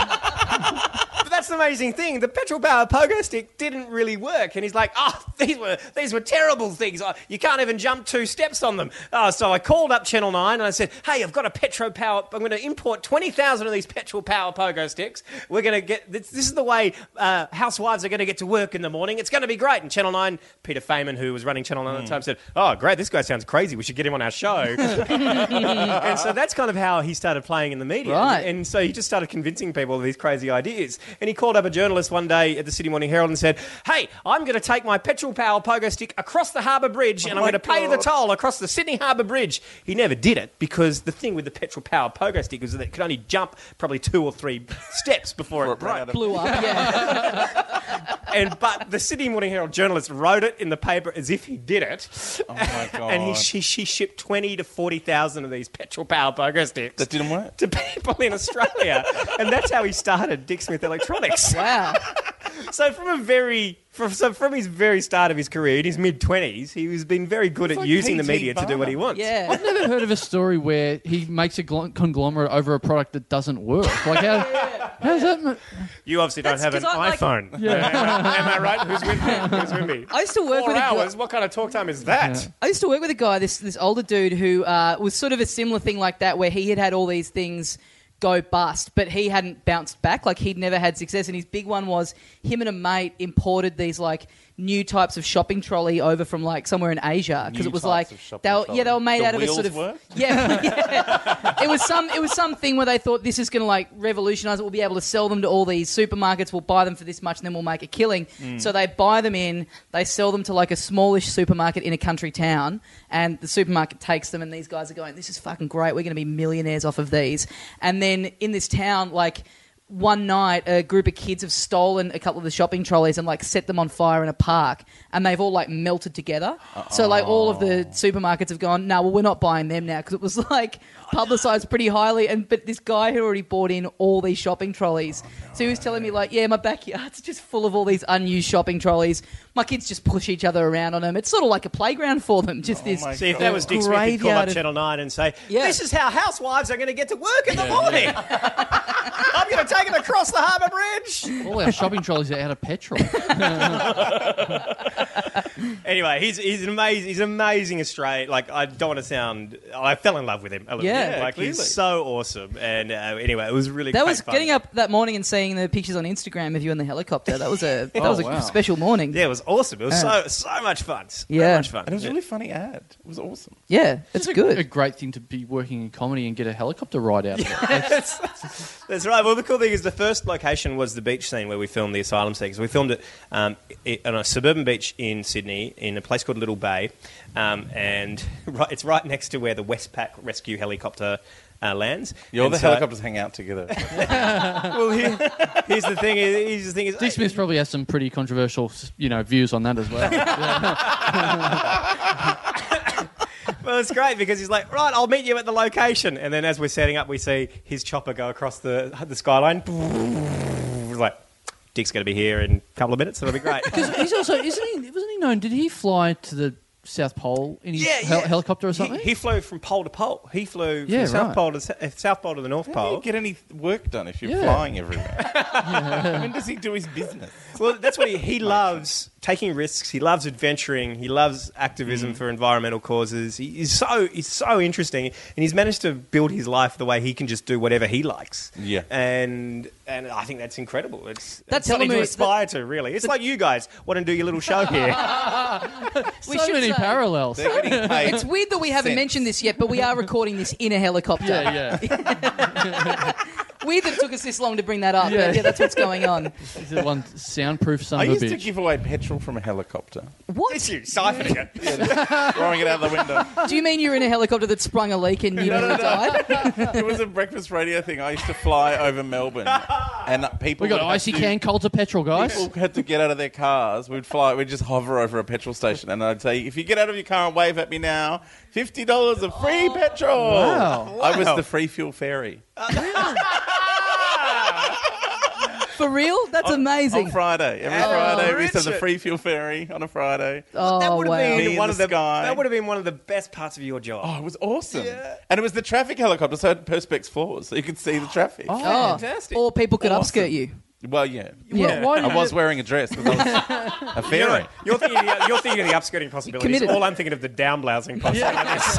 [SPEAKER 3] But that's the amazing thing. The petrol powered pogo stick didn't really work, and he's like, "Ah, these were these were terrible things. I, you can't even jump two steps on them." Uh, so I called up Channel Nine and I said, "Hey, I've got a petrol power. I'm going to import twenty thousand of these petrol powered pogo sticks. We're going to get this, this is the way uh, housewives are going to get to work in the morning. It's going to be great." And Channel Nine, Peter Feynman, who was running Channel Nine at the time, said, "Oh, great! This guy sounds crazy. We should get him on our show." and so that's kind of how he started playing in the media.
[SPEAKER 1] Right.
[SPEAKER 3] And and so he just started convincing people of these crazy ideas. And he called up a journalist one day at the City Morning Herald and said, Hey, I'm going to take my petrol power pogo stick across the harbour bridge and I'm
[SPEAKER 4] Oh my
[SPEAKER 3] going to pay the
[SPEAKER 4] God.
[SPEAKER 3] toll across the Sydney Harbour Bridge. He never did it because the thing with the petrol power pogo stick was that it could only jump probably two or three steps before it
[SPEAKER 4] Or it ran
[SPEAKER 3] broke
[SPEAKER 4] out of-
[SPEAKER 1] blew up. Yeah.
[SPEAKER 3] and but the Sydney Morning Herald journalist wrote it in the paper as if he did it.
[SPEAKER 4] Oh my god!
[SPEAKER 3] And he, she, she shipped twenty to forty thousand of these petrol power pogo sticks
[SPEAKER 4] that didn't work.
[SPEAKER 3] to people in Australia, and that's how he started Dick Smith Electronics.
[SPEAKER 1] Wow.
[SPEAKER 3] So from a very from so from his very start of his career in his mid twenties, he has been very good at
[SPEAKER 4] like
[SPEAKER 3] using the
[SPEAKER 4] P.T.
[SPEAKER 3] media to do what he
[SPEAKER 4] Barnum.
[SPEAKER 3] wants.
[SPEAKER 1] Yeah.
[SPEAKER 2] I've never heard of a story where he makes a gl- conglomerate over a product that doesn't work. Like how? How's that? ma-
[SPEAKER 3] you obviously
[SPEAKER 1] That's
[SPEAKER 3] don't have an
[SPEAKER 1] 'cause I like-
[SPEAKER 3] iPhone.
[SPEAKER 2] Yeah.
[SPEAKER 3] am, I, am I right? Who's with me? Who's with me?
[SPEAKER 1] I used to work
[SPEAKER 3] Four
[SPEAKER 1] with a guy-
[SPEAKER 3] hours. What kind of talk time is that?
[SPEAKER 2] Yeah.
[SPEAKER 1] I used to work with a guy, this this older dude who uh, was sort of a similar thing like that, where he had had all these things go bust, but he hadn't bounced back. Like he'd never had success, and his big one was him and a mate imported these like new types of shopping trolley over from like somewhere in Asia because
[SPEAKER 4] New
[SPEAKER 1] it was like
[SPEAKER 4] types of shopping
[SPEAKER 1] they were, yeah
[SPEAKER 4] trolley.
[SPEAKER 1] they were made
[SPEAKER 4] The
[SPEAKER 1] out of a sort
[SPEAKER 4] wheels
[SPEAKER 1] of
[SPEAKER 4] worked?
[SPEAKER 1] yeah, yeah. it was some it was something where they thought this is going to like revolutionize it. We'll be able to sell them to all these supermarkets. We'll buy them for this much, and then we'll make a killing. So they buy them in, they sell them to like a smallish supermarket in a country town, and the supermarket takes them. And these guys are going, "This is fucking great. We're going to be millionaires off of these." And then in this town, like. One night, a group of kids have stolen a couple of the shopping trolleys and like set them on fire in a park, and they've all like melted together. So like all of the supermarkets have gone, no, well we're not buying them now because it was like publicized pretty highly. And but this guy had already bought in all these shopping trolleys,
[SPEAKER 2] Oh,
[SPEAKER 1] so he was telling me like, yeah, my backyard's just full of all these unused shopping trolleys. My kids just push each other around on them. It's sort of like a playground for them. Just
[SPEAKER 2] Oh
[SPEAKER 1] this.
[SPEAKER 4] my
[SPEAKER 3] See, if that was Dick Smith, he'd call
[SPEAKER 1] Graveyard
[SPEAKER 3] up
[SPEAKER 1] of-
[SPEAKER 3] Channel 9 and say,
[SPEAKER 1] Yeah.
[SPEAKER 3] This is how housewives are going to get to work in the morning. I'm going to take them across the harbour bridge.
[SPEAKER 2] All our shopping trolleys are out of petrol.
[SPEAKER 3] Anyway, he's, he's an amazing, he's an amazing Australian. Like, I don't want to sound, I fell in love with him a little
[SPEAKER 1] Yeah,
[SPEAKER 3] bit. Like, he's
[SPEAKER 4] clearly.
[SPEAKER 3] so awesome. And uh, anyway, it was really
[SPEAKER 1] That
[SPEAKER 3] great
[SPEAKER 1] was
[SPEAKER 3] fun.
[SPEAKER 1] getting up that morning and seeing the pictures on Instagram of you in the helicopter. That was a that
[SPEAKER 2] Oh,
[SPEAKER 1] was a
[SPEAKER 2] wow.
[SPEAKER 1] special morning.
[SPEAKER 3] Yeah, it was awesome. It was
[SPEAKER 1] Yeah.
[SPEAKER 3] so so much fun. So
[SPEAKER 1] Yeah.
[SPEAKER 3] much fun.
[SPEAKER 4] And it was a
[SPEAKER 3] Yeah.
[SPEAKER 4] really funny ad. It was awesome.
[SPEAKER 1] Yeah, it's good.
[SPEAKER 2] a great thing to be working in comedy and get a helicopter ride out of it.
[SPEAKER 3] That's, that's right. Well, the cool thing is the first location was the beach scene where we filmed the asylum sequence. We filmed it um, i- on a suburban beach in Sydney, in a place called Little Bay, um, and right, it's right next to where the Westpac rescue helicopter. Uh, lands.
[SPEAKER 4] Yeah, all
[SPEAKER 3] And
[SPEAKER 4] the
[SPEAKER 3] so-
[SPEAKER 4] helicopters hang out together.
[SPEAKER 3] Well, here- here's the thing. is- Here's the thing. Is,
[SPEAKER 2] Dick Smith probably has some pretty controversial, you know, views on that as well. Yeah.
[SPEAKER 3] Well, it's great because he's like, right, I'll meet you at the location. And then as we're setting up, we see his chopper go across the, the skyline. We're like, Dick's going to be here in a couple of minutes. It'll be great.
[SPEAKER 2] He's also isn't he? Wasn't he known? Did he fly to the South Pole in his hel- helicopter or something?
[SPEAKER 3] He, he flew from pole to pole. He flew from
[SPEAKER 2] Yeah,
[SPEAKER 3] South
[SPEAKER 2] right.
[SPEAKER 3] Pole to se- uh, South Pole to the North
[SPEAKER 4] How do you
[SPEAKER 3] Pole.
[SPEAKER 4] get any work done if you're
[SPEAKER 2] Yeah.
[SPEAKER 4] flying everywhere? when does he do his business?
[SPEAKER 3] Well, that's what he, he loves taking risks. He loves adventuring. He loves activism
[SPEAKER 4] Mm.
[SPEAKER 3] for environmental causes. He, he's so he's so interesting, and he's managed to build his life the way he can just do whatever he likes.
[SPEAKER 4] Yeah.
[SPEAKER 3] and and I think that's incredible. It's
[SPEAKER 1] That
[SPEAKER 3] that's something
[SPEAKER 1] telemovie-
[SPEAKER 3] to aspire to. Really, it's like you guys want to do your little show here.
[SPEAKER 1] We
[SPEAKER 2] so
[SPEAKER 1] should
[SPEAKER 2] many
[SPEAKER 1] say-
[SPEAKER 2] parallels.
[SPEAKER 4] They're getting paid.
[SPEAKER 1] It's weird that we haven't
[SPEAKER 4] Sense.
[SPEAKER 1] mentioned this yet, but we are recording this in a helicopter.
[SPEAKER 2] Yeah, yeah.
[SPEAKER 1] Weird that it took us this long to bring that up.
[SPEAKER 2] Yeah.
[SPEAKER 1] But yeah, that's what's going on.
[SPEAKER 2] He's the one soundproof son
[SPEAKER 4] I
[SPEAKER 2] of a
[SPEAKER 4] used to
[SPEAKER 2] bitch.
[SPEAKER 4] give away petrol from a helicopter,
[SPEAKER 1] What?
[SPEAKER 3] It's you siphoning it.
[SPEAKER 4] throwing it out the window.
[SPEAKER 1] Do you mean you're in a helicopter that sprung a leak and you
[SPEAKER 4] No, no,
[SPEAKER 1] nearly
[SPEAKER 4] no.
[SPEAKER 1] died?
[SPEAKER 4] it was a breakfast radio thing. I used to fly over Melbourne, and people
[SPEAKER 2] we got
[SPEAKER 4] would have
[SPEAKER 2] icy
[SPEAKER 4] to-
[SPEAKER 2] can coal to petrol, guys.
[SPEAKER 4] People had to get out of their cars. We'd fly. We'd just hover over a petrol station, and I'd say, "If you get out of your car and wave at me now, fifty dollars of free petrol."
[SPEAKER 2] Oh, Wow.
[SPEAKER 4] I was the free fuel fairy
[SPEAKER 1] For real? That's amazing.
[SPEAKER 4] on Friday. Every
[SPEAKER 3] Oh,
[SPEAKER 4] Friday, we used to have the
[SPEAKER 3] Richard.
[SPEAKER 4] free fuel fairy on a Friday.
[SPEAKER 1] oh,
[SPEAKER 3] that would
[SPEAKER 1] wow.
[SPEAKER 3] have
[SPEAKER 4] Me
[SPEAKER 3] been
[SPEAKER 4] in
[SPEAKER 3] one
[SPEAKER 4] the
[SPEAKER 3] of the
[SPEAKER 4] sky.
[SPEAKER 3] that would have been one of the best parts of your job.
[SPEAKER 4] Oh, it was awesome.
[SPEAKER 3] Yeah.
[SPEAKER 4] And it was the traffic helicopter, so it had perspex floors, so you could see the traffic.
[SPEAKER 1] Oh,
[SPEAKER 3] Fantastic.
[SPEAKER 1] or people could
[SPEAKER 4] Awesome.
[SPEAKER 1] upskirt you.
[SPEAKER 4] Well, yeah.
[SPEAKER 1] Yeah.
[SPEAKER 2] Why do
[SPEAKER 4] I
[SPEAKER 2] you-
[SPEAKER 4] was wearing a dress because I was a
[SPEAKER 3] You're,
[SPEAKER 4] fairy.
[SPEAKER 3] you're thinking, of the, you're thinking of the upskirting possibilities.
[SPEAKER 1] Committed.
[SPEAKER 3] All I'm thinking of the downblousing possibilities.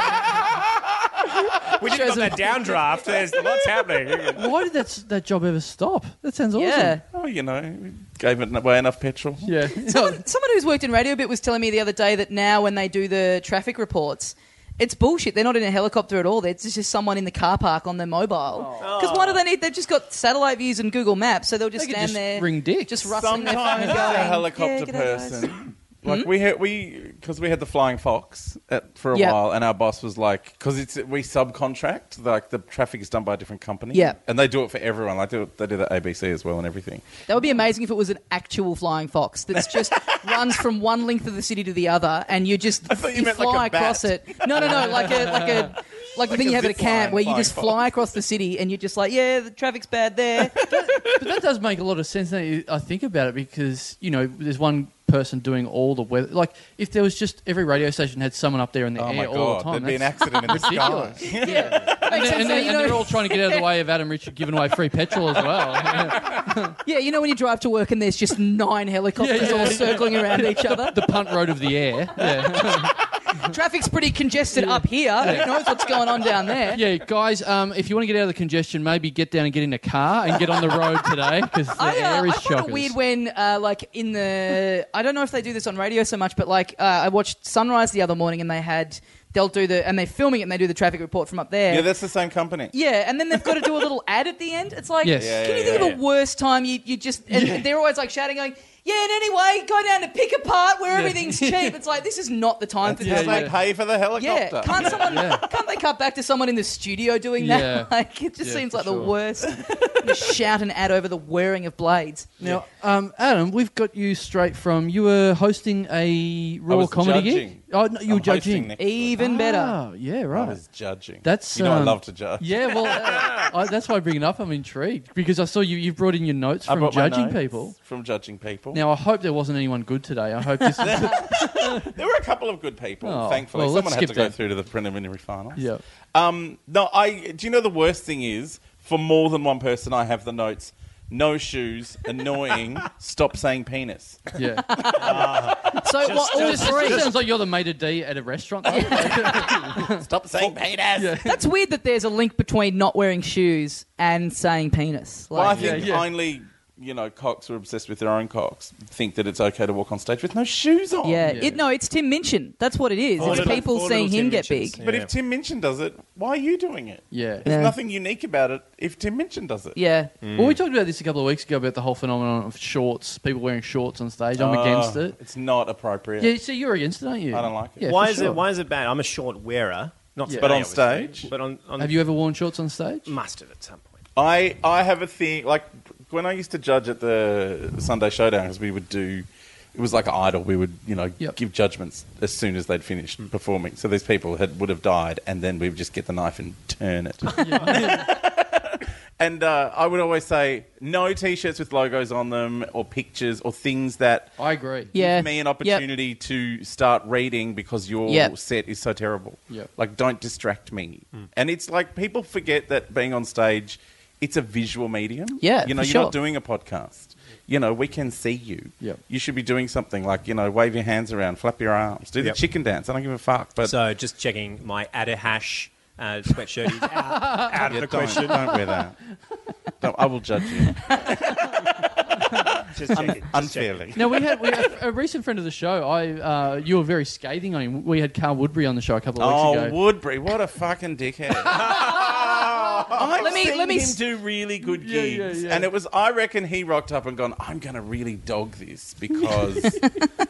[SPEAKER 3] we just got
[SPEAKER 1] Shows
[SPEAKER 3] that downdraft. There's lots happening.
[SPEAKER 2] Why did that s- that job ever stop? That sounds awesome.
[SPEAKER 1] Yeah.
[SPEAKER 4] Oh, you know, we gave it away enough petrol.
[SPEAKER 2] Yeah.
[SPEAKER 1] Someone, someone who's worked in radio a bit was telling me the other day that now when they do the traffic reports, it's bullshit. They're not in a helicopter at all. It's just someone in the car park on their mobile.
[SPEAKER 4] Oh.
[SPEAKER 1] Because why do they need? They've just got satellite views and Google Maps, so they'll just
[SPEAKER 2] They
[SPEAKER 1] stand
[SPEAKER 2] could just
[SPEAKER 1] there,
[SPEAKER 2] ring dicks.
[SPEAKER 1] just rustling their phone
[SPEAKER 4] Sometimes
[SPEAKER 1] and
[SPEAKER 4] it's
[SPEAKER 1] going,
[SPEAKER 4] a
[SPEAKER 1] "Yeah,
[SPEAKER 4] helicopter
[SPEAKER 1] g'day, guys."
[SPEAKER 4] person. Like
[SPEAKER 1] Hmm?
[SPEAKER 4] we had, we because we had the flying fox at, for a
[SPEAKER 1] Yeah.
[SPEAKER 4] while, and our boss was like, because it's we subcontract, like the traffic is done by a different company,
[SPEAKER 1] Yeah.
[SPEAKER 4] and they do it for everyone. Like they do, they do the ABC as well and everything.
[SPEAKER 1] That would be amazing if it was an actual flying fox that's just runs from one length of the city to the other, and you just
[SPEAKER 4] I thought you meant like
[SPEAKER 1] fly
[SPEAKER 4] a
[SPEAKER 1] across
[SPEAKER 4] bat.
[SPEAKER 1] it. No, no, no, like a like a like, the
[SPEAKER 4] Like
[SPEAKER 1] thing
[SPEAKER 4] a
[SPEAKER 1] you have at a
[SPEAKER 4] zip line
[SPEAKER 1] camp where you
[SPEAKER 4] flying
[SPEAKER 1] just fly
[SPEAKER 4] fox.
[SPEAKER 1] across the city, and you're just like, yeah, the traffic's bad there.
[SPEAKER 2] But that does make a lot of sense now you- I think about it because, you know, there's one person doing all the weather. Like, if there was just every radio station had someone up there in the
[SPEAKER 4] Oh
[SPEAKER 2] air
[SPEAKER 4] my
[SPEAKER 2] all the
[SPEAKER 4] god,
[SPEAKER 2] time,
[SPEAKER 4] there'd be an
[SPEAKER 2] that's
[SPEAKER 4] accident in the sky.
[SPEAKER 2] ridiculous. Yeah. And, then, and, then- and they're all trying to get out of the way of Adam Richard giving away free petrol as well.
[SPEAKER 1] Yeah, you know when you drive to work and there's just nine helicopters
[SPEAKER 2] Yeah, yeah,
[SPEAKER 1] all
[SPEAKER 2] yeah.
[SPEAKER 1] circling around each other.
[SPEAKER 2] the punt road of the air. Yeah,
[SPEAKER 1] Traffic's pretty congested up here. Who knows what's going on down there?
[SPEAKER 2] yeah guys, um, if you want to get out of the congestion, maybe get down and get in a car and get on the road today because the
[SPEAKER 1] I, uh,
[SPEAKER 2] air is
[SPEAKER 1] I find
[SPEAKER 2] shocking.
[SPEAKER 1] it weird when, uh, like, in the I don't know if they do this on radio so much, but like uh, I watched Sunrise the other morning and they had they'll do the and they're filming it and they do the traffic report from up there.
[SPEAKER 4] Yeah, that's the same company.
[SPEAKER 1] Yeah, and then they've got to do a little ad at the end. It's like,
[SPEAKER 2] Yes.
[SPEAKER 4] Yeah,
[SPEAKER 1] can you
[SPEAKER 4] yeah,
[SPEAKER 1] think
[SPEAKER 4] yeah,
[SPEAKER 1] of a worse time? You, you just and they're always like shouting, going, "Yeah!" And anyway, go down to pick apart where everything's cheap. It's like this is not the time for
[SPEAKER 4] That's
[SPEAKER 1] this.
[SPEAKER 4] how
[SPEAKER 1] Like,
[SPEAKER 4] they pay for the
[SPEAKER 1] Yeah,
[SPEAKER 4] helicopter.
[SPEAKER 1] can't someone
[SPEAKER 2] Yeah.
[SPEAKER 1] can't they cut back to someone in the studio doing
[SPEAKER 2] Yeah.
[SPEAKER 1] that? Like it just
[SPEAKER 2] Yeah,
[SPEAKER 1] seems
[SPEAKER 2] for
[SPEAKER 1] like the
[SPEAKER 2] sure.
[SPEAKER 1] worst. You shout an ad over the wearing of blades.
[SPEAKER 2] Now, um, Adam, we've got you straight from you were hosting a Royal
[SPEAKER 4] was
[SPEAKER 2] Comedy
[SPEAKER 4] judging.
[SPEAKER 2] gig. Oh, no, you were
[SPEAKER 4] I'm hosting
[SPEAKER 2] judging.
[SPEAKER 4] next week.
[SPEAKER 1] Even better.
[SPEAKER 2] Oh, yeah,
[SPEAKER 4] I
[SPEAKER 2] right.
[SPEAKER 4] was judging.
[SPEAKER 2] That's,
[SPEAKER 4] you know I
[SPEAKER 2] um,
[SPEAKER 4] love to judge.
[SPEAKER 2] Yeah, well, uh, I, that's why I bring it up. I'm intrigued because I saw you. You've brought in your notes
[SPEAKER 4] I
[SPEAKER 2] from
[SPEAKER 4] brought my
[SPEAKER 2] judging
[SPEAKER 4] notes
[SPEAKER 2] people.
[SPEAKER 4] From judging people.
[SPEAKER 2] Now, I hope there wasn't anyone good today. I hope this. is...
[SPEAKER 4] There were a couple of good people,
[SPEAKER 2] Oh,
[SPEAKER 4] thankfully.
[SPEAKER 2] well, let's
[SPEAKER 4] Someone had
[SPEAKER 2] skip
[SPEAKER 4] to go
[SPEAKER 2] that.
[SPEAKER 4] through to the preliminary finals.
[SPEAKER 2] Yeah.
[SPEAKER 4] Um, no, I. Do you know the worst thing is for more than one person, I have the notes. No shoes, annoying. stop saying penis.
[SPEAKER 2] Yeah,
[SPEAKER 4] Ah,
[SPEAKER 1] So what, all
[SPEAKER 2] Just-
[SPEAKER 1] three.
[SPEAKER 2] just sounds like you're the maitre d at a restaurant.
[SPEAKER 4] Stop saying penis.
[SPEAKER 1] That's weird that there's a link between not wearing shoes and saying penis.
[SPEAKER 4] Well, I
[SPEAKER 1] Like,
[SPEAKER 4] think
[SPEAKER 2] Yeah, yeah.
[SPEAKER 4] only you know cocks who are obsessed with their own cocks think that it's okay to walk on stage with no shoes on.
[SPEAKER 1] yeah,
[SPEAKER 2] Yeah.
[SPEAKER 1] it, no, it's Tim Minchin. That's what it is.
[SPEAKER 3] Poor
[SPEAKER 1] it's
[SPEAKER 3] little-
[SPEAKER 1] people
[SPEAKER 3] poor
[SPEAKER 1] seeing
[SPEAKER 3] little
[SPEAKER 1] him
[SPEAKER 3] Tim
[SPEAKER 1] get
[SPEAKER 3] Minchins.
[SPEAKER 1] big.
[SPEAKER 4] But if Tim Minchin does it, why are you doing it?
[SPEAKER 2] Yeah.
[SPEAKER 4] There's
[SPEAKER 1] Yeah.
[SPEAKER 4] nothing unique about it if Tim Minchin does it.
[SPEAKER 1] Yeah.
[SPEAKER 4] Mm.
[SPEAKER 2] Well, we talked about this a couple of weeks ago about the whole phenomenon of shorts, people wearing shorts on stage. I'm
[SPEAKER 4] Oh,
[SPEAKER 2] against it.
[SPEAKER 4] It's not appropriate.
[SPEAKER 2] Yeah, so you're against it, aren't you?
[SPEAKER 4] I don't like it.
[SPEAKER 2] Yeah,
[SPEAKER 3] why
[SPEAKER 2] for
[SPEAKER 3] is
[SPEAKER 2] sure.
[SPEAKER 3] it? Why is it bad? I'm a short wearer. Not
[SPEAKER 2] Yeah.
[SPEAKER 3] today,
[SPEAKER 4] But on
[SPEAKER 3] obviously,
[SPEAKER 4] stage?
[SPEAKER 3] But on, on
[SPEAKER 2] Have you ever worn shorts on stage?
[SPEAKER 3] must have at some point.
[SPEAKER 4] I I have a thing like when I used to judge at the Sunday Showdown because we would do it was like Idol. We would, you know,
[SPEAKER 2] Yep.
[SPEAKER 4] give judgments as soon as they'd finished performing. So these people had, would have died, and then we would just get the knife and turn it. and uh, I would always say, no T-shirts with logos on them, or pictures, or things that
[SPEAKER 2] I agree.
[SPEAKER 1] Yeah.
[SPEAKER 4] give me an
[SPEAKER 1] Yep.
[SPEAKER 4] opportunity to start reading because your
[SPEAKER 1] Yep.
[SPEAKER 4] set is so terrible.
[SPEAKER 2] Yep.
[SPEAKER 4] Like, don't distract me. And it's like people forget that being on stage, it's a visual medium.
[SPEAKER 1] Yeah,
[SPEAKER 4] you know,
[SPEAKER 1] for
[SPEAKER 4] you're
[SPEAKER 1] sure.
[SPEAKER 4] not doing a podcast. You know, we can see you.
[SPEAKER 2] Yep.
[SPEAKER 4] You should be doing something like you know, wave your hands around, flap your arms, do
[SPEAKER 3] Yep.
[SPEAKER 4] the chicken dance. I don't give a fuck. But
[SPEAKER 3] So just checking my Adahash uh, sweatshirt is out, out
[SPEAKER 4] yeah,
[SPEAKER 3] of the
[SPEAKER 4] don't,
[SPEAKER 3] question.
[SPEAKER 4] don't wear that. No, I will judge you
[SPEAKER 3] Just checking, just
[SPEAKER 4] unfairly.
[SPEAKER 2] Now we had we had a recent friend of the show. I uh, you were very scathing on him. We had Carl Woodbury on the show a couple of weeks
[SPEAKER 4] Oh,
[SPEAKER 2] ago.
[SPEAKER 4] Woodbury, what a fucking dickhead! I've
[SPEAKER 1] Let me-
[SPEAKER 4] seen
[SPEAKER 1] let me
[SPEAKER 4] him
[SPEAKER 1] s-
[SPEAKER 4] do really good
[SPEAKER 2] Yeah,
[SPEAKER 4] gigs,
[SPEAKER 2] yeah, yeah.
[SPEAKER 4] and it was I reckon he rocked up and gone, "I'm going to really dog this because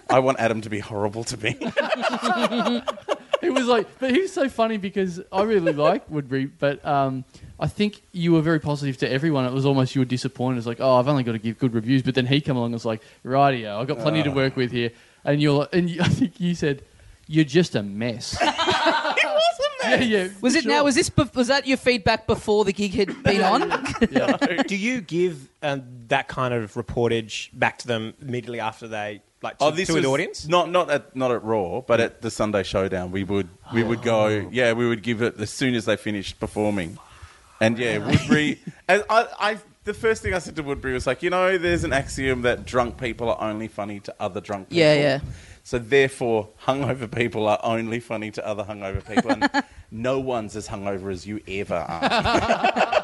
[SPEAKER 4] I want Adam to be horrible to me."
[SPEAKER 2] It was like, but he was so funny because I really like Woodbury, but um, I think you were very positive to everyone. It was almost you were disappointed. It's like, oh, I've only got to give good reviews. But then he come along and was like, rightio, I've got plenty
[SPEAKER 4] Ah.
[SPEAKER 2] to work with here. And you're like, and you, I think you said, you're just a mess.
[SPEAKER 4] it was
[SPEAKER 2] yeah,
[SPEAKER 4] a mess.
[SPEAKER 2] yeah.
[SPEAKER 1] Was it
[SPEAKER 2] sure.
[SPEAKER 1] now? Was this? bef- Was that your feedback before the gig had been on?
[SPEAKER 3] Do you give um, that kind of reportage back to them immediately after they like to,
[SPEAKER 4] Oh, this
[SPEAKER 3] to an
[SPEAKER 4] was
[SPEAKER 3] audience?
[SPEAKER 4] Not not at not at Raw, but at the Sunday Showdown, we would we would go.
[SPEAKER 3] Oh.
[SPEAKER 4] Yeah, we would give it as soon as they finished performing, and yeah, Woodbury. and I, I the first thing I said to Woodbury was like, you know, there's an axiom that drunk people are only funny to other drunk people.
[SPEAKER 1] Yeah, yeah.
[SPEAKER 4] So therefore, hungover people are only funny to other hungover people, and no one's as hungover as you ever are.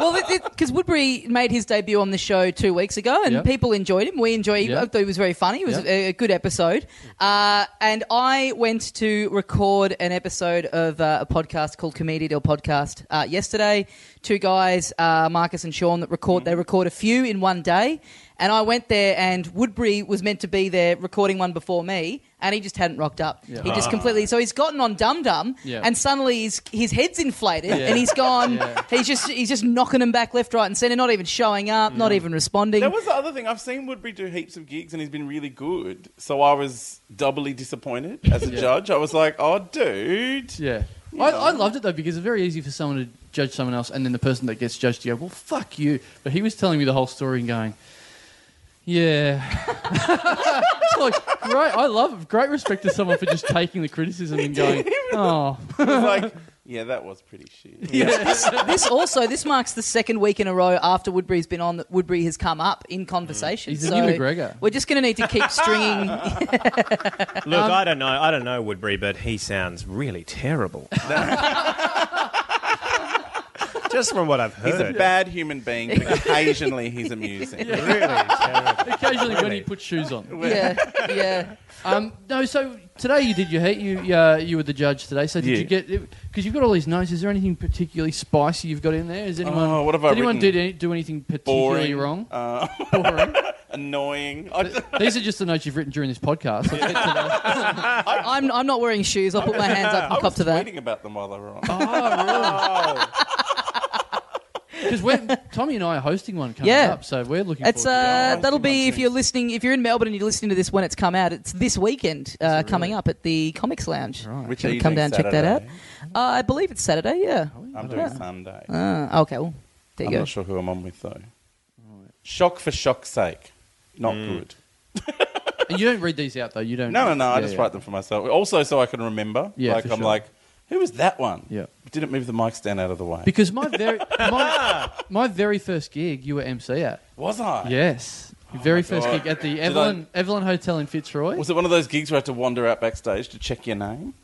[SPEAKER 1] well, because Woodbury made his debut on the show two weeks ago, and
[SPEAKER 2] Yeah.
[SPEAKER 1] people enjoyed him. We enjoyed.
[SPEAKER 2] Yeah.
[SPEAKER 1] I thought he was very funny. It was
[SPEAKER 2] Yeah.
[SPEAKER 1] a, a good episode. Uh, and I went to record an episode of uh, a podcast called Comedy Deal Podcast uh, yesterday. Two guys, uh, Marcus and Sean, that record.
[SPEAKER 2] Mm-hmm.
[SPEAKER 1] They record a few in one day. And I went there, and Woodbury was meant to be there recording one before me, and he just hadn't rocked up.
[SPEAKER 2] Yeah. Ah.
[SPEAKER 1] He just completely. So he's gotten on Dum Dum,
[SPEAKER 2] Yeah.
[SPEAKER 1] and suddenly his, his head's inflated,
[SPEAKER 2] Yeah.
[SPEAKER 1] and he's gone.
[SPEAKER 2] Yeah.
[SPEAKER 1] He's just he's just knocking them back left, right, and centre. Not even showing up. Not even responding.
[SPEAKER 4] That was the other thing. I've seen Woodbury do heaps of gigs and he's been really good. So I was doubly disappointed as a
[SPEAKER 2] Yeah.
[SPEAKER 4] judge. I was like, oh, dude.
[SPEAKER 2] Yeah. I, I loved it though because it's very easy for someone to judge someone else, and then the person that gets judged, you go, "Well, fuck you." But he was telling me the whole story and going, "Yeah, It's like great. I love great respect to someone for just taking the criticism and going, oh,
[SPEAKER 4] It was like, yeah, that was pretty shit.
[SPEAKER 1] this also this marks the second week in a row after Woodbury's been on that Woodbury has come up in conversation.
[SPEAKER 2] He's the
[SPEAKER 1] so
[SPEAKER 2] new McGregor.
[SPEAKER 1] We're just going to need to keep stringing.
[SPEAKER 3] Look, I don't know. I don't know Woodbury, but he sounds really terrible. Just from what I've
[SPEAKER 4] He's a
[SPEAKER 3] heard.
[SPEAKER 4] bad human being, but occasionally he's amusing.
[SPEAKER 2] occasionally when he puts shoes on.
[SPEAKER 1] yeah, yeah.
[SPEAKER 2] Um, no, so today you did your heat. You uh, you were the judge today. So did
[SPEAKER 4] Yeah.
[SPEAKER 2] you get because you've got all these notes? Is there anything particularly spicy you've got in there? Is anyone?
[SPEAKER 4] Oh, what have I
[SPEAKER 2] did anyone
[SPEAKER 4] written?
[SPEAKER 2] do any- do anything particularly wrong?
[SPEAKER 4] Boring. Uh,
[SPEAKER 2] Boring.
[SPEAKER 4] annoying. I,
[SPEAKER 2] These are just the notes you've written during this podcast. Let's get to those.
[SPEAKER 1] I'm I'm not wearing shoes. I'll put my hands up
[SPEAKER 4] I
[SPEAKER 1] and cop
[SPEAKER 4] was
[SPEAKER 1] to that.
[SPEAKER 4] tweeting about them while they were on.
[SPEAKER 2] Oh.
[SPEAKER 1] Oh,
[SPEAKER 2] Because when Tommy and I are hosting one coming
[SPEAKER 1] Yeah.
[SPEAKER 2] up, so we're looking.
[SPEAKER 1] It's
[SPEAKER 2] forward to
[SPEAKER 1] uh,
[SPEAKER 4] Oh,
[SPEAKER 1] that'll
[SPEAKER 4] too much
[SPEAKER 1] be if
[SPEAKER 4] news.
[SPEAKER 1] you're listening. If you're in Melbourne and you're listening to this when it's come out, it's this weekend uh, coming up at the Comics Lounge. Right.
[SPEAKER 4] Which
[SPEAKER 1] Can
[SPEAKER 4] are
[SPEAKER 1] we
[SPEAKER 4] you
[SPEAKER 1] come
[SPEAKER 4] doing
[SPEAKER 1] down and check that out?
[SPEAKER 4] Saturday?
[SPEAKER 1] Uh, I believe it's Saturday. Yeah.
[SPEAKER 4] I'm doing Sunday.
[SPEAKER 1] Uh, okay. Well, there you
[SPEAKER 4] I'm
[SPEAKER 1] go.
[SPEAKER 4] not sure who I'm on with, though. Shock for shock's sake. Not
[SPEAKER 2] Mm.
[SPEAKER 4] good.
[SPEAKER 2] that. And you don't read these out though. You don't.
[SPEAKER 4] No, no, no. I
[SPEAKER 2] Yeah,
[SPEAKER 4] just
[SPEAKER 2] yeah.
[SPEAKER 4] write them for myself. Also, so I can remember.
[SPEAKER 2] Yeah,
[SPEAKER 4] like
[SPEAKER 2] for
[SPEAKER 4] I'm
[SPEAKER 2] sure.
[SPEAKER 4] like, who was that one?
[SPEAKER 2] Yeah.
[SPEAKER 4] Didn't move the mic stand out of the way.
[SPEAKER 2] Because my very my, my very first gig, you were MC at.
[SPEAKER 4] was I?
[SPEAKER 2] Yes, Your very first
[SPEAKER 4] Oh God.
[SPEAKER 2] gig at the
[SPEAKER 4] Did
[SPEAKER 2] Evelyn Evelyn Hotel in Fitzroy.
[SPEAKER 4] Was it one of those gigs where I had to wander out backstage to check your name?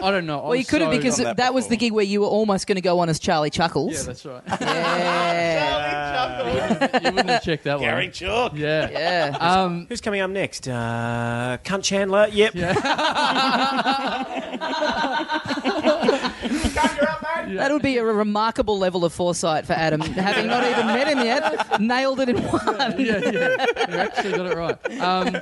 [SPEAKER 2] I don't know. I
[SPEAKER 1] Well, you
[SPEAKER 2] was
[SPEAKER 1] could have
[SPEAKER 2] so-
[SPEAKER 1] because
[SPEAKER 4] Done
[SPEAKER 1] that,
[SPEAKER 4] that
[SPEAKER 1] was the
[SPEAKER 4] before.
[SPEAKER 1] gig where you were almost going to go on as Charlie
[SPEAKER 2] Yeah,
[SPEAKER 1] Chuckles.
[SPEAKER 2] that's right.
[SPEAKER 1] Yeah.
[SPEAKER 3] Uh,
[SPEAKER 2] you wouldn't have checked that
[SPEAKER 4] Gary
[SPEAKER 2] one.
[SPEAKER 4] Chalk.
[SPEAKER 2] Yeah.
[SPEAKER 1] yeah.
[SPEAKER 2] Um,
[SPEAKER 3] Who's coming up next? Uh, Cunt Chandler. Yep.
[SPEAKER 2] yeah.
[SPEAKER 3] Cunt, you're up, mate.
[SPEAKER 1] That would be a remarkable level of foresight for Adam, having not even met him yet. Nailed it in one.
[SPEAKER 2] yeah, yeah. You actually got it right. Um,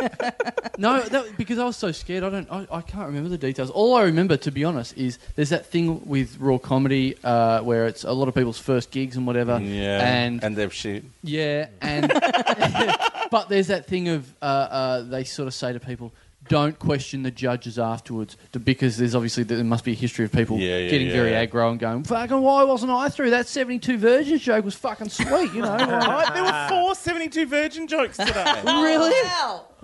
[SPEAKER 2] no, that, because I was so scared. I don't. I, I can't remember the details. All I remember, to be honest, is there's that thing with raw comedy uh, where it's a lot of people's first gigs and whatever.
[SPEAKER 4] Yeah.
[SPEAKER 2] And,
[SPEAKER 4] and they've shit.
[SPEAKER 2] yeah, and but there's that thing of uh, uh, they sort of say to people. Don't question the judges afterwards d- because there's obviously there must be a history of people
[SPEAKER 4] Yeah, yeah,
[SPEAKER 2] getting
[SPEAKER 4] yeah.
[SPEAKER 2] very aggro and going, fucking, why wasn't I through? That 72 Virgins joke was fucking sweet, you know?
[SPEAKER 4] Right, there were four 72 virgin jokes today.
[SPEAKER 3] Oh,
[SPEAKER 1] Really?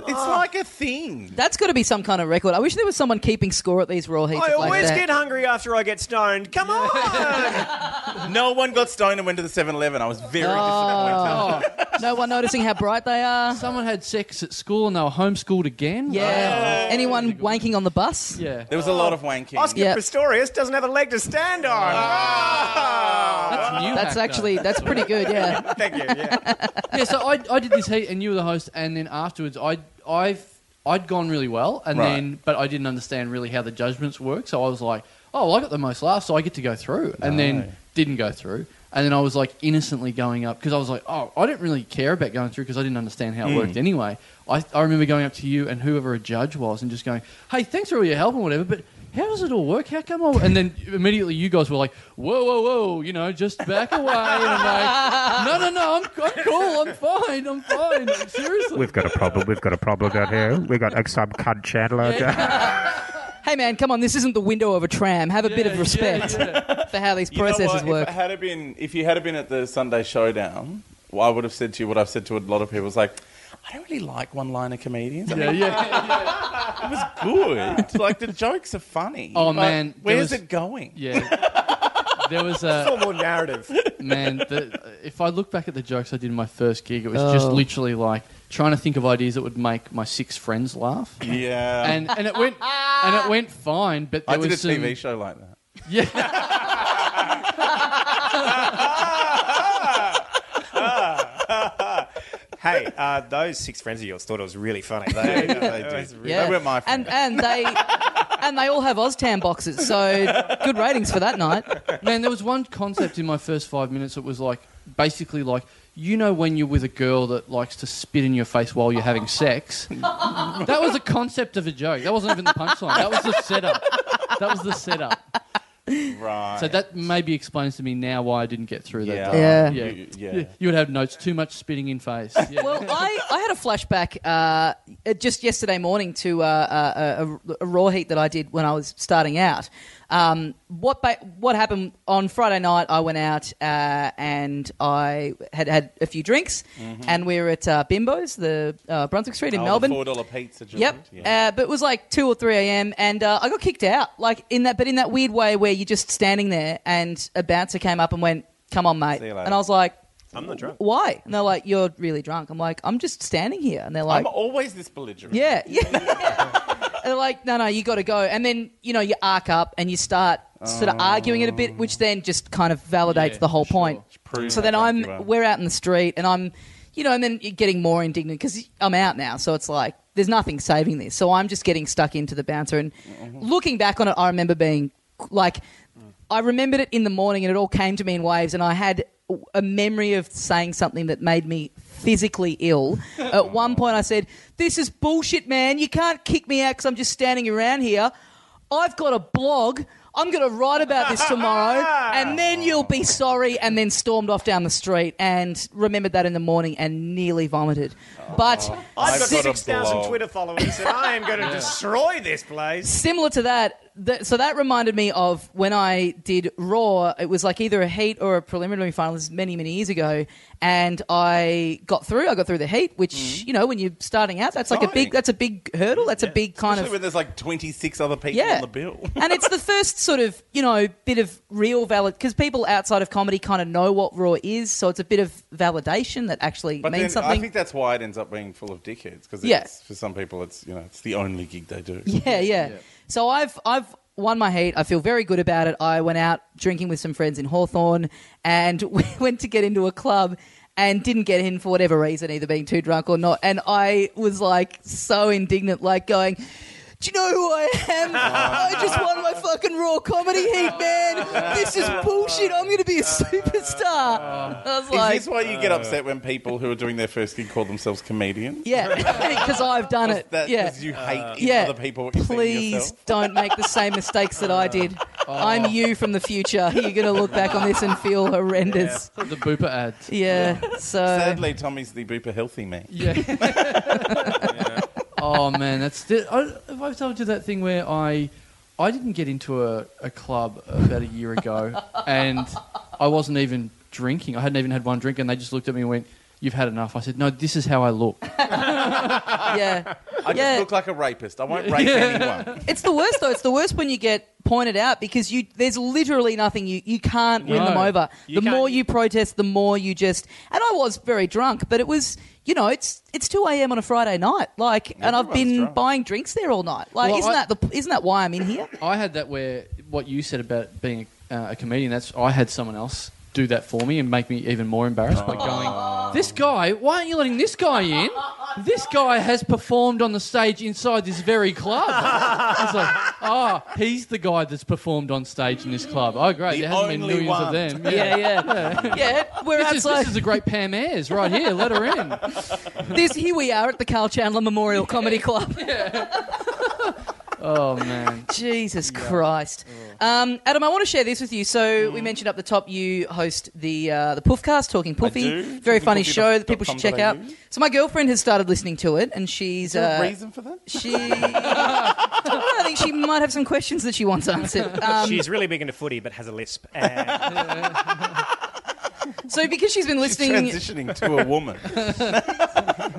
[SPEAKER 4] It's like a thing.
[SPEAKER 1] That's got to be some kind of record. I wish there was someone keeping score at these raw heats.
[SPEAKER 3] I
[SPEAKER 1] like
[SPEAKER 3] always
[SPEAKER 1] that.
[SPEAKER 3] get hungry after I get stoned. Come on!
[SPEAKER 4] No one got stoned and went to the 7-Eleven. I was very disappointed.
[SPEAKER 2] Oh,
[SPEAKER 1] No one noticing how bright they are.
[SPEAKER 2] Someone had sex at school and they were homeschooled again. Oh,
[SPEAKER 1] Yeah. Anyone wanking on the bus?
[SPEAKER 2] Yeah.
[SPEAKER 4] There was a lot of wanking.
[SPEAKER 3] Oscar
[SPEAKER 1] Yeah.
[SPEAKER 3] Pistorius doesn't have a leg to stand on. Ah.
[SPEAKER 2] That's, new
[SPEAKER 1] That's
[SPEAKER 2] hack,
[SPEAKER 1] actually
[SPEAKER 2] though.
[SPEAKER 1] that's pretty good. Yeah.
[SPEAKER 3] Thank you. Yeah.
[SPEAKER 2] yeah. So I, I did this heat, and you were the host, and then afterwards, I I I'd gone really well, and
[SPEAKER 4] Right.
[SPEAKER 2] then but I didn't understand really how the judgments work, so I was like, oh, well, I got the most laughs, so I get to go through, and then didn't go through. And then I was like innocently going up because I was like, oh, I didn't really care about going through because I didn't understand how it worked anyway. I, I remember going up to you and whoever a judge was and just going, hey, thanks for all your help and whatever, but how does it all work? How come I. And then immediately you guys were like, whoa, whoa, whoa, you know, just back away. And I'm like, no, no, no, I'm, I'm cool, I'm fine, I'm fine. Seriously.
[SPEAKER 5] We've got a problem. We've got a problem down here. We've got like, some cunt Chandler.
[SPEAKER 1] Hey man, come on! This isn't the window of a tram. Have a bit of
[SPEAKER 2] Yeah,
[SPEAKER 1] respect
[SPEAKER 2] yeah, yeah.
[SPEAKER 1] for how these
[SPEAKER 4] You know
[SPEAKER 1] processes
[SPEAKER 4] what?
[SPEAKER 1] work.
[SPEAKER 4] If, I had been, if you had been at the Sunday Showdown, well, I would have said to you what I've said to a lot of people. It's like, I don't really like one-liner comedians. I
[SPEAKER 2] Yeah, yeah,
[SPEAKER 4] good. Like the jokes are funny.
[SPEAKER 2] Oh,
[SPEAKER 4] but
[SPEAKER 2] man, there
[SPEAKER 4] where's
[SPEAKER 2] was-
[SPEAKER 4] it going?
[SPEAKER 2] yeah. There was a
[SPEAKER 3] Formal narrative.
[SPEAKER 2] man. The, if I look back at the jokes I did in my first gig, it was just
[SPEAKER 1] Oh.
[SPEAKER 2] literally like trying to think of ideas that would make my six friends laugh,
[SPEAKER 4] Yeah,
[SPEAKER 2] and and it went and it went fine. But there
[SPEAKER 4] I did a
[SPEAKER 2] was some,
[SPEAKER 4] TV show like that.
[SPEAKER 2] Yeah,
[SPEAKER 3] Hey, uh, those six friends of yours thought it was really funny. They, they did.
[SPEAKER 1] Yeah.
[SPEAKER 4] They were my
[SPEAKER 1] and
[SPEAKER 4] friends.
[SPEAKER 1] and they and they all have Oztam boxes, so good ratings for that night.
[SPEAKER 2] man. There was one concept in my first five minutes that was like basically like. You know when you're with a girl that likes to spit in your face while you're having sex. That was the concept of a joke. That wasn't even the punchline. That was the setup. That was the setup.
[SPEAKER 4] right.
[SPEAKER 2] So that maybe explains to me now why I didn't get through that.
[SPEAKER 4] yeah,
[SPEAKER 2] day.
[SPEAKER 1] Yeah.
[SPEAKER 2] Yeah.
[SPEAKER 4] You, yeah.
[SPEAKER 2] You, you would have notes too much spitting in face. Yeah.
[SPEAKER 1] Well, I, I had a flashback uh, uh, just yesterday morning to uh, uh, a, a, a raw heat that I did when I was starting out. Um, what ba- what happened on Friday night? I went out uh, and I had had a few drinks, and we were at uh, Bimbo's, the uh, Brunswick Street in
[SPEAKER 4] Mm-hmm. Oh, the
[SPEAKER 1] Melbourne.
[SPEAKER 4] Four dollar pizza. joint.
[SPEAKER 1] Yep.
[SPEAKER 4] Yeah.
[SPEAKER 1] Uh, but it was like two or three a.m. and uh, I got kicked out. Like in that, but in that weird way where you're just standing there and a bouncer came up and went, "Come on, mate,"
[SPEAKER 4] See you later.
[SPEAKER 1] and I was like,
[SPEAKER 3] I'm not drunk.
[SPEAKER 1] "Why?" And they're like, "You're really drunk." I'm like, "I'm just standing here," and they're like,
[SPEAKER 4] I'm always this belligerent.
[SPEAKER 1] "Yeah, yeah." And they're like, "No, no, you got to go." And then you know you arc up and you start sort of arguing it a bit, which then just kind of validates
[SPEAKER 2] Yeah,
[SPEAKER 1] the whole
[SPEAKER 2] sure.
[SPEAKER 1] point.
[SPEAKER 4] Proves
[SPEAKER 1] So
[SPEAKER 4] how
[SPEAKER 1] then
[SPEAKER 4] drunk you are.
[SPEAKER 1] I'm we're out in the street and I'm you know and then you're getting more indignant because I'm out now so it's like there's nothing saving this so I'm just getting stuck into the bouncer and looking back on it I remember being like I remembered it in the morning and it all came to me in waves and I had a memory of saying something that made me physically ill at one point I said this is bullshit man you can't kick me out because I'm just standing around here I've got a blog. I'm going to write about this tomorrow, and then you'll be sorry. And then stormed off down the street and remembered that in the morning and nearly vomited. But
[SPEAKER 3] I've got
[SPEAKER 4] I've got a
[SPEAKER 3] 6,000
[SPEAKER 4] blow.
[SPEAKER 3] Twitter followers and I am going to destroy this place.
[SPEAKER 1] similar to that, th- so that reminded me of when I did Raw. It was like either a heat or a preliminary final. This is many, many years ago, and I got through. I got through the heat, which you know, when you're starting out, that's like a
[SPEAKER 4] exciting.
[SPEAKER 1] big. That's a big hurdle. That's a big kind
[SPEAKER 4] Especially
[SPEAKER 1] of
[SPEAKER 4] when there's like 26 other people
[SPEAKER 1] Yeah.
[SPEAKER 4] on the bill.
[SPEAKER 1] and it's the first sort of you know bit of real valid because people outside of comedy kind of know what raw is, so it's a bit of validation that actually
[SPEAKER 4] But then
[SPEAKER 1] means
[SPEAKER 4] I
[SPEAKER 1] something.
[SPEAKER 4] think that's why it ends up being full of dickheads because
[SPEAKER 1] Yeah.
[SPEAKER 4] for some people it's you know it's the only gig they do.
[SPEAKER 1] yeah, yeah, So I've I've won my heat. I feel very good about it. I went out drinking with some friends in Hawthorne, and we went to get into a club. And didn't get in for whatever reason, either being too drunk or not. And I was like so indignant, like going, Do you know who I am? I just won my fucking Raw Comedy Heat, man. This is bullshit. I'm going to be a superstar. I was like, Uh.
[SPEAKER 4] Is this why you get upset when people who are doing their first gig call themselves comedians?
[SPEAKER 1] yeah, because I've done it.
[SPEAKER 4] That,
[SPEAKER 1] yeah. Uh,
[SPEAKER 4] 'cause you hate
[SPEAKER 1] yeah.
[SPEAKER 4] other people what you see in
[SPEAKER 1] Please
[SPEAKER 4] yourself?
[SPEAKER 1] don't make the same mistakes that I did.
[SPEAKER 2] Oh.
[SPEAKER 1] I'm you from the future. You're going to look back on this and feel horrendous.
[SPEAKER 2] The booper ads.
[SPEAKER 1] Yeah. So
[SPEAKER 4] Sadly, Tommy's the booper healthy man.
[SPEAKER 2] Yeah. oh man, that's. Th- I, if I've told you that thing where I, I didn't get into a, a club about a year ago, and I wasn't even drinking. I hadn't even had one drink, and they just looked at me and went, "You've had enough." I said, "No, this is how I look."
[SPEAKER 1] yeah,
[SPEAKER 4] I just
[SPEAKER 1] Yeah.
[SPEAKER 4] look like a rapist. I won't rape anyone.
[SPEAKER 1] it's the worst though. It's the worst when you get pointed out because you there's literally nothing you you can't win
[SPEAKER 2] No.
[SPEAKER 1] them over.
[SPEAKER 3] You
[SPEAKER 1] the more
[SPEAKER 3] can't-
[SPEAKER 1] you protest, the more you just. And I was very drunk, but it was you know it's it's two a.m. on a Friday night, like, and I've been
[SPEAKER 4] Everyone's drunk.
[SPEAKER 1] buying drinks there all night. Like,
[SPEAKER 2] Well,
[SPEAKER 1] isn't
[SPEAKER 2] I-
[SPEAKER 1] that the isn't that why I'm in here?
[SPEAKER 2] I had that where what you said about being uh, a comedian. That's I had someone else do that for me and make me even more embarrassed by
[SPEAKER 4] Oh.
[SPEAKER 2] going. This guy, why aren't you letting this guy in? This guy has performed on the stage inside this very club. It's like, oh, he's the guy that's performed on stage in this club. Oh, great,
[SPEAKER 4] The
[SPEAKER 2] there hasn't been
[SPEAKER 4] only
[SPEAKER 2] millions of
[SPEAKER 4] one.
[SPEAKER 2] them.
[SPEAKER 1] Yeah, yeah, yeah. We're
[SPEAKER 2] This is,
[SPEAKER 1] outside.
[SPEAKER 2] this is a great Pam Ayres right here. Let her in.
[SPEAKER 1] this here we are at the Carl Chandler Memorial Comedy Club.
[SPEAKER 2] Oh man.
[SPEAKER 1] Jesus Christ.
[SPEAKER 4] Oh.
[SPEAKER 1] Um, Adam, I want to share this with you. So
[SPEAKER 4] Mm.
[SPEAKER 1] we mentioned up the top you host the uh, the Poofcast, Talking Poofy.
[SPEAKER 4] do.
[SPEAKER 1] Very funny
[SPEAKER 4] TalkingPoofy.com.au.
[SPEAKER 1] show that people should check out. So my girlfriend has started listening to it, and she's
[SPEAKER 4] Is there a
[SPEAKER 1] uh,
[SPEAKER 4] reason for that?
[SPEAKER 1] she. I think she might have some questions that she wants answered. Um,
[SPEAKER 3] She's really big into footy, but has a lisp. And
[SPEAKER 1] so because she's been
[SPEAKER 4] She's
[SPEAKER 1] listening,
[SPEAKER 4] transitioning to a woman.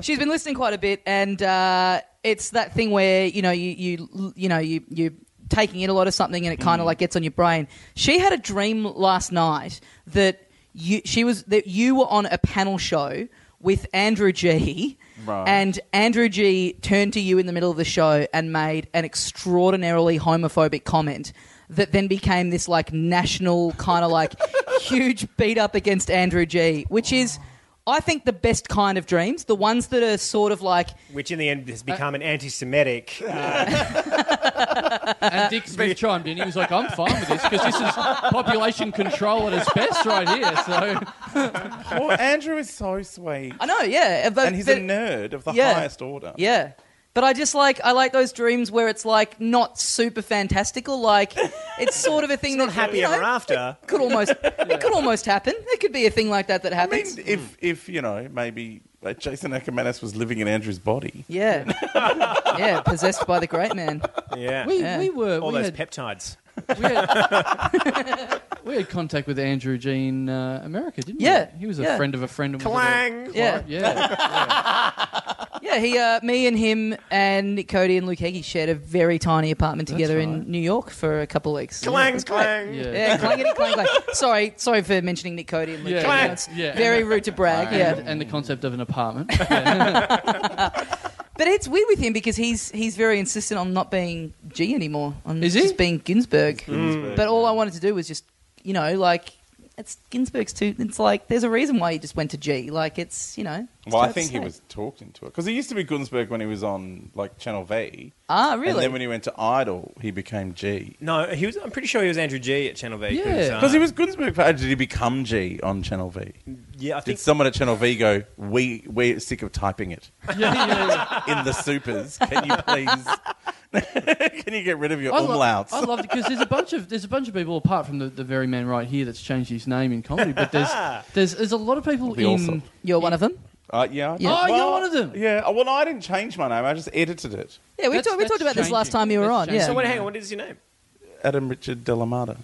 [SPEAKER 1] she's been listening quite a bit, and uh, it's that thing where you know you you you know you you taking in a lot of something, and it kind of like gets on your brain. She had a dream last night that you she was that you were on a panel show with Andrew G.
[SPEAKER 4] Right.
[SPEAKER 1] And Andrew G turned to you in the middle of the show and made an extraordinarily homophobic comment that then became this like national kind of like huge beat up against Andrew G, which is I think the best kind of dreams, the ones that are sort of like
[SPEAKER 3] which in the end has become an anti-Semitic.
[SPEAKER 2] And Dick Smith chimed in. He was like, "I'm fine with this because this is population control at its best right here." So.
[SPEAKER 4] Poor Andrew is so sweet.
[SPEAKER 1] I know, yeah, uh, but,
[SPEAKER 4] And he's
[SPEAKER 1] but-
[SPEAKER 4] a nerd of the
[SPEAKER 1] Yeah.
[SPEAKER 4] highest order.
[SPEAKER 1] Yeah. But I just like I like those dreams where it's like not super fantastical, like it's sort of a thing
[SPEAKER 3] not
[SPEAKER 1] that
[SPEAKER 3] happy
[SPEAKER 1] you know,
[SPEAKER 3] ever after.
[SPEAKER 1] Could almost it could almost happen. It could be a thing like that that
[SPEAKER 4] I mean,
[SPEAKER 1] happens.
[SPEAKER 4] if, if, you know, maybe like Jason Ackermanis was living in Andrew's body.
[SPEAKER 1] Yeah. yeah, possessed by the great man.
[SPEAKER 3] Yeah.
[SPEAKER 2] We,
[SPEAKER 1] Yeah.
[SPEAKER 2] we were
[SPEAKER 3] All
[SPEAKER 2] we,
[SPEAKER 3] those
[SPEAKER 2] had,
[SPEAKER 3] peptides.
[SPEAKER 2] we had we had contact with Andrew G in uh, America, didn't
[SPEAKER 1] Yeah,
[SPEAKER 2] we? He was a
[SPEAKER 1] yeah.
[SPEAKER 2] friend of a friend. And was
[SPEAKER 3] Clang.
[SPEAKER 1] Yeah.
[SPEAKER 2] a- yeah,
[SPEAKER 1] Yeah, he uh, me and him and Nick Cody and Luke Heggie shared a very tiny apartment together
[SPEAKER 2] right.
[SPEAKER 1] in New York for a couple of weeks.
[SPEAKER 3] Clang, clang.
[SPEAKER 2] yeah, yeah.
[SPEAKER 1] Yeah, clangety clang clang. Sorry, sorry for mentioning Nick Cody and Luke
[SPEAKER 2] Yeah,
[SPEAKER 1] Heggie.
[SPEAKER 2] yeah,
[SPEAKER 1] That's
[SPEAKER 2] yeah.
[SPEAKER 1] Very rude to brag, yeah.
[SPEAKER 2] And, and the concept of an apartment.
[SPEAKER 1] But it's weird with him because he's he's very insistent on not being G anymore. On
[SPEAKER 2] Is he?
[SPEAKER 1] just being Ginsburg.
[SPEAKER 4] Ginsburg.
[SPEAKER 1] But all I wanted to do was just, you know, like it's Ginsburg's too. It's like there's a reason why you just went to G. Like it's, you know. it's
[SPEAKER 4] Well, I
[SPEAKER 1] totally
[SPEAKER 4] think he
[SPEAKER 1] safe.
[SPEAKER 4] was talked into it. Because he used to be Gunsberg when he was on, like, Channel V.
[SPEAKER 1] Ah,
[SPEAKER 4] And
[SPEAKER 1] really?
[SPEAKER 4] then when he went to Idol, he became G.
[SPEAKER 3] No, he was. I'm pretty sure he was Andrew G at Channel V. um,
[SPEAKER 2] Yeah.
[SPEAKER 4] Because he was Gunsberg. Did he become G on Channel V?
[SPEAKER 3] Yeah, I think
[SPEAKER 4] Did someone at Channel V go, we, we're sick of typing it
[SPEAKER 2] yeah, yeah, yeah.
[SPEAKER 4] in the supers. Can you please... Can you get rid of your
[SPEAKER 2] I love,
[SPEAKER 4] umlauts?
[SPEAKER 2] I love it because there's a bunch of there's a bunch of people apart from the, the very man right here that's changed his name in comedy, but there's
[SPEAKER 3] Ah.
[SPEAKER 2] there's there's a lot of people
[SPEAKER 4] That'd be
[SPEAKER 2] in.
[SPEAKER 4] awesome.
[SPEAKER 1] You're one of them.
[SPEAKER 4] Uh, yeah. I
[SPEAKER 1] Yeah.
[SPEAKER 4] did.
[SPEAKER 2] Oh, you're one of them.
[SPEAKER 4] Yeah. Oh, Well, I didn't change my name. I just edited it.
[SPEAKER 1] Yeah, we
[SPEAKER 2] That's-
[SPEAKER 1] talked we
[SPEAKER 2] that's
[SPEAKER 1] talked about this last
[SPEAKER 2] changing.
[SPEAKER 1] time you were
[SPEAKER 2] That's
[SPEAKER 1] on. Yeah.
[SPEAKER 2] changing.
[SPEAKER 3] So wait, hang on. What is your name?
[SPEAKER 4] Adam Richard Delamata.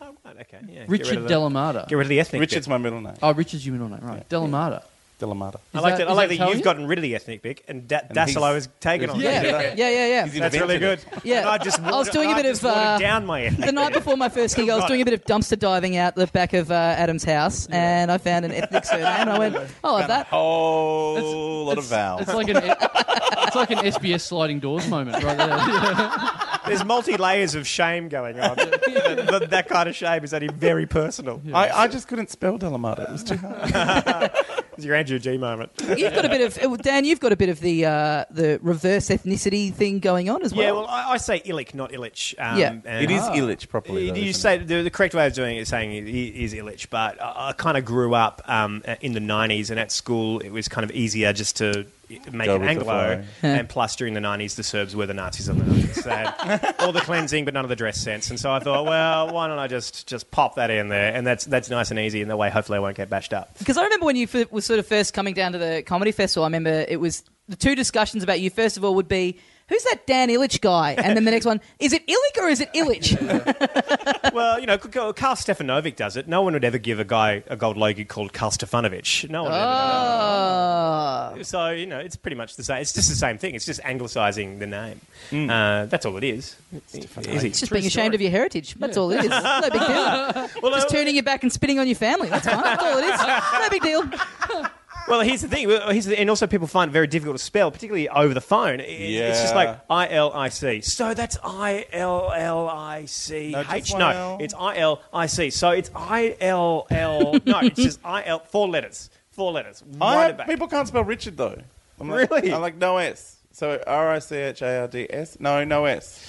[SPEAKER 3] Oh, right, okay. Yeah, get rid
[SPEAKER 2] Richard
[SPEAKER 3] of the-
[SPEAKER 2] Delamata.
[SPEAKER 3] Get rid of the ethnic.
[SPEAKER 4] Richard's
[SPEAKER 3] bit.
[SPEAKER 4] my middle name.
[SPEAKER 2] oh, Richard's you went on it right? Delamata.
[SPEAKER 4] Delamata.
[SPEAKER 3] I
[SPEAKER 2] Is
[SPEAKER 3] like
[SPEAKER 2] that-
[SPEAKER 3] that. I
[SPEAKER 2] is that
[SPEAKER 3] like that
[SPEAKER 2] Italian?
[SPEAKER 3] you've gotten rid of the ethnic bit, and da-
[SPEAKER 4] And
[SPEAKER 3] Dassilo
[SPEAKER 4] he's-
[SPEAKER 3] has taken on.
[SPEAKER 1] yeah.
[SPEAKER 3] it.
[SPEAKER 1] yeah, yeah, yeah,
[SPEAKER 4] He's
[SPEAKER 3] That's really good.
[SPEAKER 1] Yeah.
[SPEAKER 3] And I just
[SPEAKER 1] I was
[SPEAKER 3] watered-
[SPEAKER 1] doing a
[SPEAKER 3] and I
[SPEAKER 1] bit
[SPEAKER 3] just
[SPEAKER 1] of, uh,
[SPEAKER 3] watered down my ethnic.
[SPEAKER 1] The night before my first gig, I was doing a bit of dumpster diving out the back of uh, Adam's house, and I found an ethnic surname. And I went, "I'll have that."
[SPEAKER 4] Whole lot of
[SPEAKER 2] It's-
[SPEAKER 4] vowels.
[SPEAKER 2] It's like an it's like an SBS sliding doors moment right there.
[SPEAKER 3] There's multi layers of shame going on. that, that kind of shame is only very personal.
[SPEAKER 4] I, I just couldn't spell Delamata. It was too hard.
[SPEAKER 3] It's your Andrew G moment.
[SPEAKER 1] You've got a bit of Dan. You've got a bit of the uh, the reverse ethnicity thing going on as well.
[SPEAKER 3] Yeah, well, I, I say Illich, not Illich. Um,
[SPEAKER 1] Yeah.
[SPEAKER 3] and-
[SPEAKER 4] It is Illich properly.
[SPEAKER 3] You-
[SPEAKER 4] though,
[SPEAKER 3] you
[SPEAKER 4] isn't
[SPEAKER 3] say
[SPEAKER 4] it?
[SPEAKER 3] the, the correct way of doing it is saying it i- is Illich, but I, I kind of grew up um, a- in the 90s, and at school it was kind of easier just to i- make
[SPEAKER 4] Go
[SPEAKER 3] it
[SPEAKER 4] with the
[SPEAKER 3] Anglo.
[SPEAKER 4] flow.
[SPEAKER 3] and plus, during the 90s, the Serbs were the Nazis on the Nazis. They had all the cleansing, but none of the dress sense. And so I thought, well, why don't I just just pop that in there? And that's that's nice and easy, and that way hopefully I won't get bashed up.
[SPEAKER 1] Because I remember when you f- were sort of first coming down to the comedy festival, I remember it was the two discussions about you. First of all, would be who's that Dan Illich guy, and then the next one is it Illich or is it Illich?
[SPEAKER 3] well, you know, c- c- Karl Stefanovic does it. No one would ever give a guy a gold logie called Karl Stefanovic. No one would ever. do
[SPEAKER 1] oh,
[SPEAKER 3] that. So you know, it's pretty much the same. It's just the same thing. It's just anglicising the name.
[SPEAKER 4] Hmm.
[SPEAKER 3] Uh, that's all it is. Easy.
[SPEAKER 1] it's just being ashamed of your heritage. That's all it is. No big deal.
[SPEAKER 3] Well,
[SPEAKER 1] Just
[SPEAKER 3] uh,
[SPEAKER 1] turning your back and spitting on your family. That's fine. That's all it is. No big deal.
[SPEAKER 3] Well, here's the thing, Well, here's the, and also people find it very difficult to spell, particularly over the phone. It- It's just
[SPEAKER 4] Yeah.
[SPEAKER 3] like I L I C. So that's I L L I C
[SPEAKER 4] No, just
[SPEAKER 3] H.
[SPEAKER 4] one
[SPEAKER 3] No,
[SPEAKER 4] L.
[SPEAKER 3] it's I L I C. So it's I L L. No, it's just I L. Four letters. Four letters.
[SPEAKER 4] I
[SPEAKER 3] Right
[SPEAKER 4] have,
[SPEAKER 3] back.
[SPEAKER 4] people can't spell Richard though. I'm like,
[SPEAKER 3] Really?
[SPEAKER 4] I'm like no S. So R I C H A R D S. No, no S.
[SPEAKER 2] S?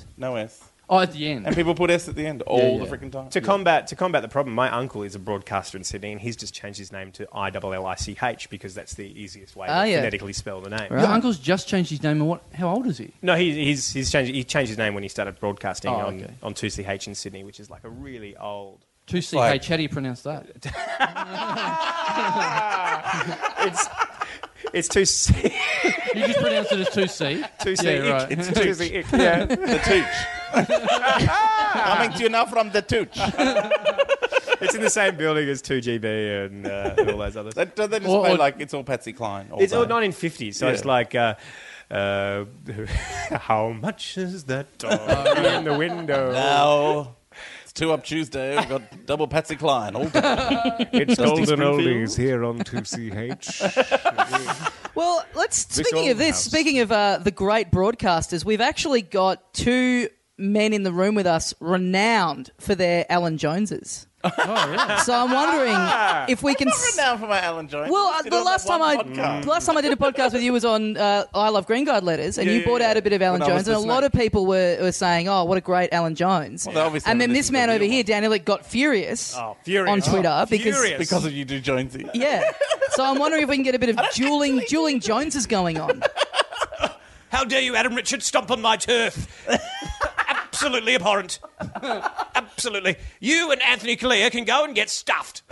[SPEAKER 4] Okay, no S.
[SPEAKER 2] Oh, at the end.
[SPEAKER 4] And people put S at the end all
[SPEAKER 2] yeah.
[SPEAKER 4] the freaking time.
[SPEAKER 3] To combat to combat the problem, my uncle is a broadcaster in Sydney, and he's just changed his name to I L L I C H because that's the easiest way
[SPEAKER 1] Ah,
[SPEAKER 3] to
[SPEAKER 1] yeah.
[SPEAKER 3] phonetically spell the name.
[SPEAKER 1] Right.
[SPEAKER 2] Your uncle's just changed his name. And what? How old is he?
[SPEAKER 3] No, he, he's he's changed he changed his name when he started broadcasting
[SPEAKER 2] Oh,
[SPEAKER 3] on
[SPEAKER 2] okay.
[SPEAKER 3] on two C H in Sydney, which is like a really old.
[SPEAKER 2] Two C
[SPEAKER 4] like-
[SPEAKER 2] H. How do you pronounce that?
[SPEAKER 3] It's it's two C
[SPEAKER 2] You just pronounced it as two C.
[SPEAKER 3] two C.
[SPEAKER 2] Yeah, right.
[SPEAKER 3] It's two C. Yeah.
[SPEAKER 4] the Tooch. Coming to you now from the Tooch.
[SPEAKER 3] it's in the same building as two GB and, uh, and all those others.
[SPEAKER 4] They, they just
[SPEAKER 2] Or-
[SPEAKER 4] play
[SPEAKER 2] or-
[SPEAKER 4] like it's all Patsy Cline. All
[SPEAKER 3] It's
[SPEAKER 4] day.
[SPEAKER 3] all 1950s, so it's
[SPEAKER 4] Yeah.
[SPEAKER 3] like. Uh, uh, how much is that dog in the window?
[SPEAKER 4] now. It's two up Tuesday. We've got double Patsy Cline all day.
[SPEAKER 6] It's
[SPEAKER 4] Dusty
[SPEAKER 6] Golden
[SPEAKER 4] Springfield.
[SPEAKER 6] Oldies here on 2CH.
[SPEAKER 1] Well, let's. Speaking
[SPEAKER 3] Oldham
[SPEAKER 1] of this,
[SPEAKER 3] House.
[SPEAKER 1] speaking of uh, the great broadcasters, we've actually got two men in the room with us, renowned for their Alan Joneses.
[SPEAKER 4] Oh,
[SPEAKER 1] So I'm wondering if we can. s-
[SPEAKER 4] now for my Alan Jones.
[SPEAKER 1] Well, uh,
[SPEAKER 4] Did
[SPEAKER 1] the
[SPEAKER 4] all
[SPEAKER 1] last
[SPEAKER 4] that
[SPEAKER 1] time I
[SPEAKER 4] one podcast.
[SPEAKER 1] the last time I did a podcast with you was on uh, I Love Green Guide Letters, and
[SPEAKER 4] Yeah,
[SPEAKER 1] you
[SPEAKER 4] yeah,
[SPEAKER 1] brought
[SPEAKER 4] yeah.
[SPEAKER 1] out a bit of Alan
[SPEAKER 4] When I was
[SPEAKER 1] Jones, and a
[SPEAKER 4] the
[SPEAKER 1] lot
[SPEAKER 4] snake.
[SPEAKER 1] of people were, were saying, "Oh, what a great Alan Jones!"
[SPEAKER 4] Well, they obviously
[SPEAKER 1] and then
[SPEAKER 4] haven't
[SPEAKER 1] this man
[SPEAKER 4] listened to the
[SPEAKER 1] over
[SPEAKER 4] real
[SPEAKER 1] here,
[SPEAKER 4] one.
[SPEAKER 1] Daniel, it got furious
[SPEAKER 3] Oh, furious.
[SPEAKER 1] on Twitter
[SPEAKER 3] Oh,
[SPEAKER 1] because
[SPEAKER 3] furious.
[SPEAKER 4] because of you do Jonesy.
[SPEAKER 1] yeah. So I'm wondering if we can get a bit of dueling dueling Joneses going on.
[SPEAKER 3] How dare you, Adam Richards, stomp on my turf? Absolutely abhorrent. Absolutely. You and Anthony Kalia can go and get stuffed.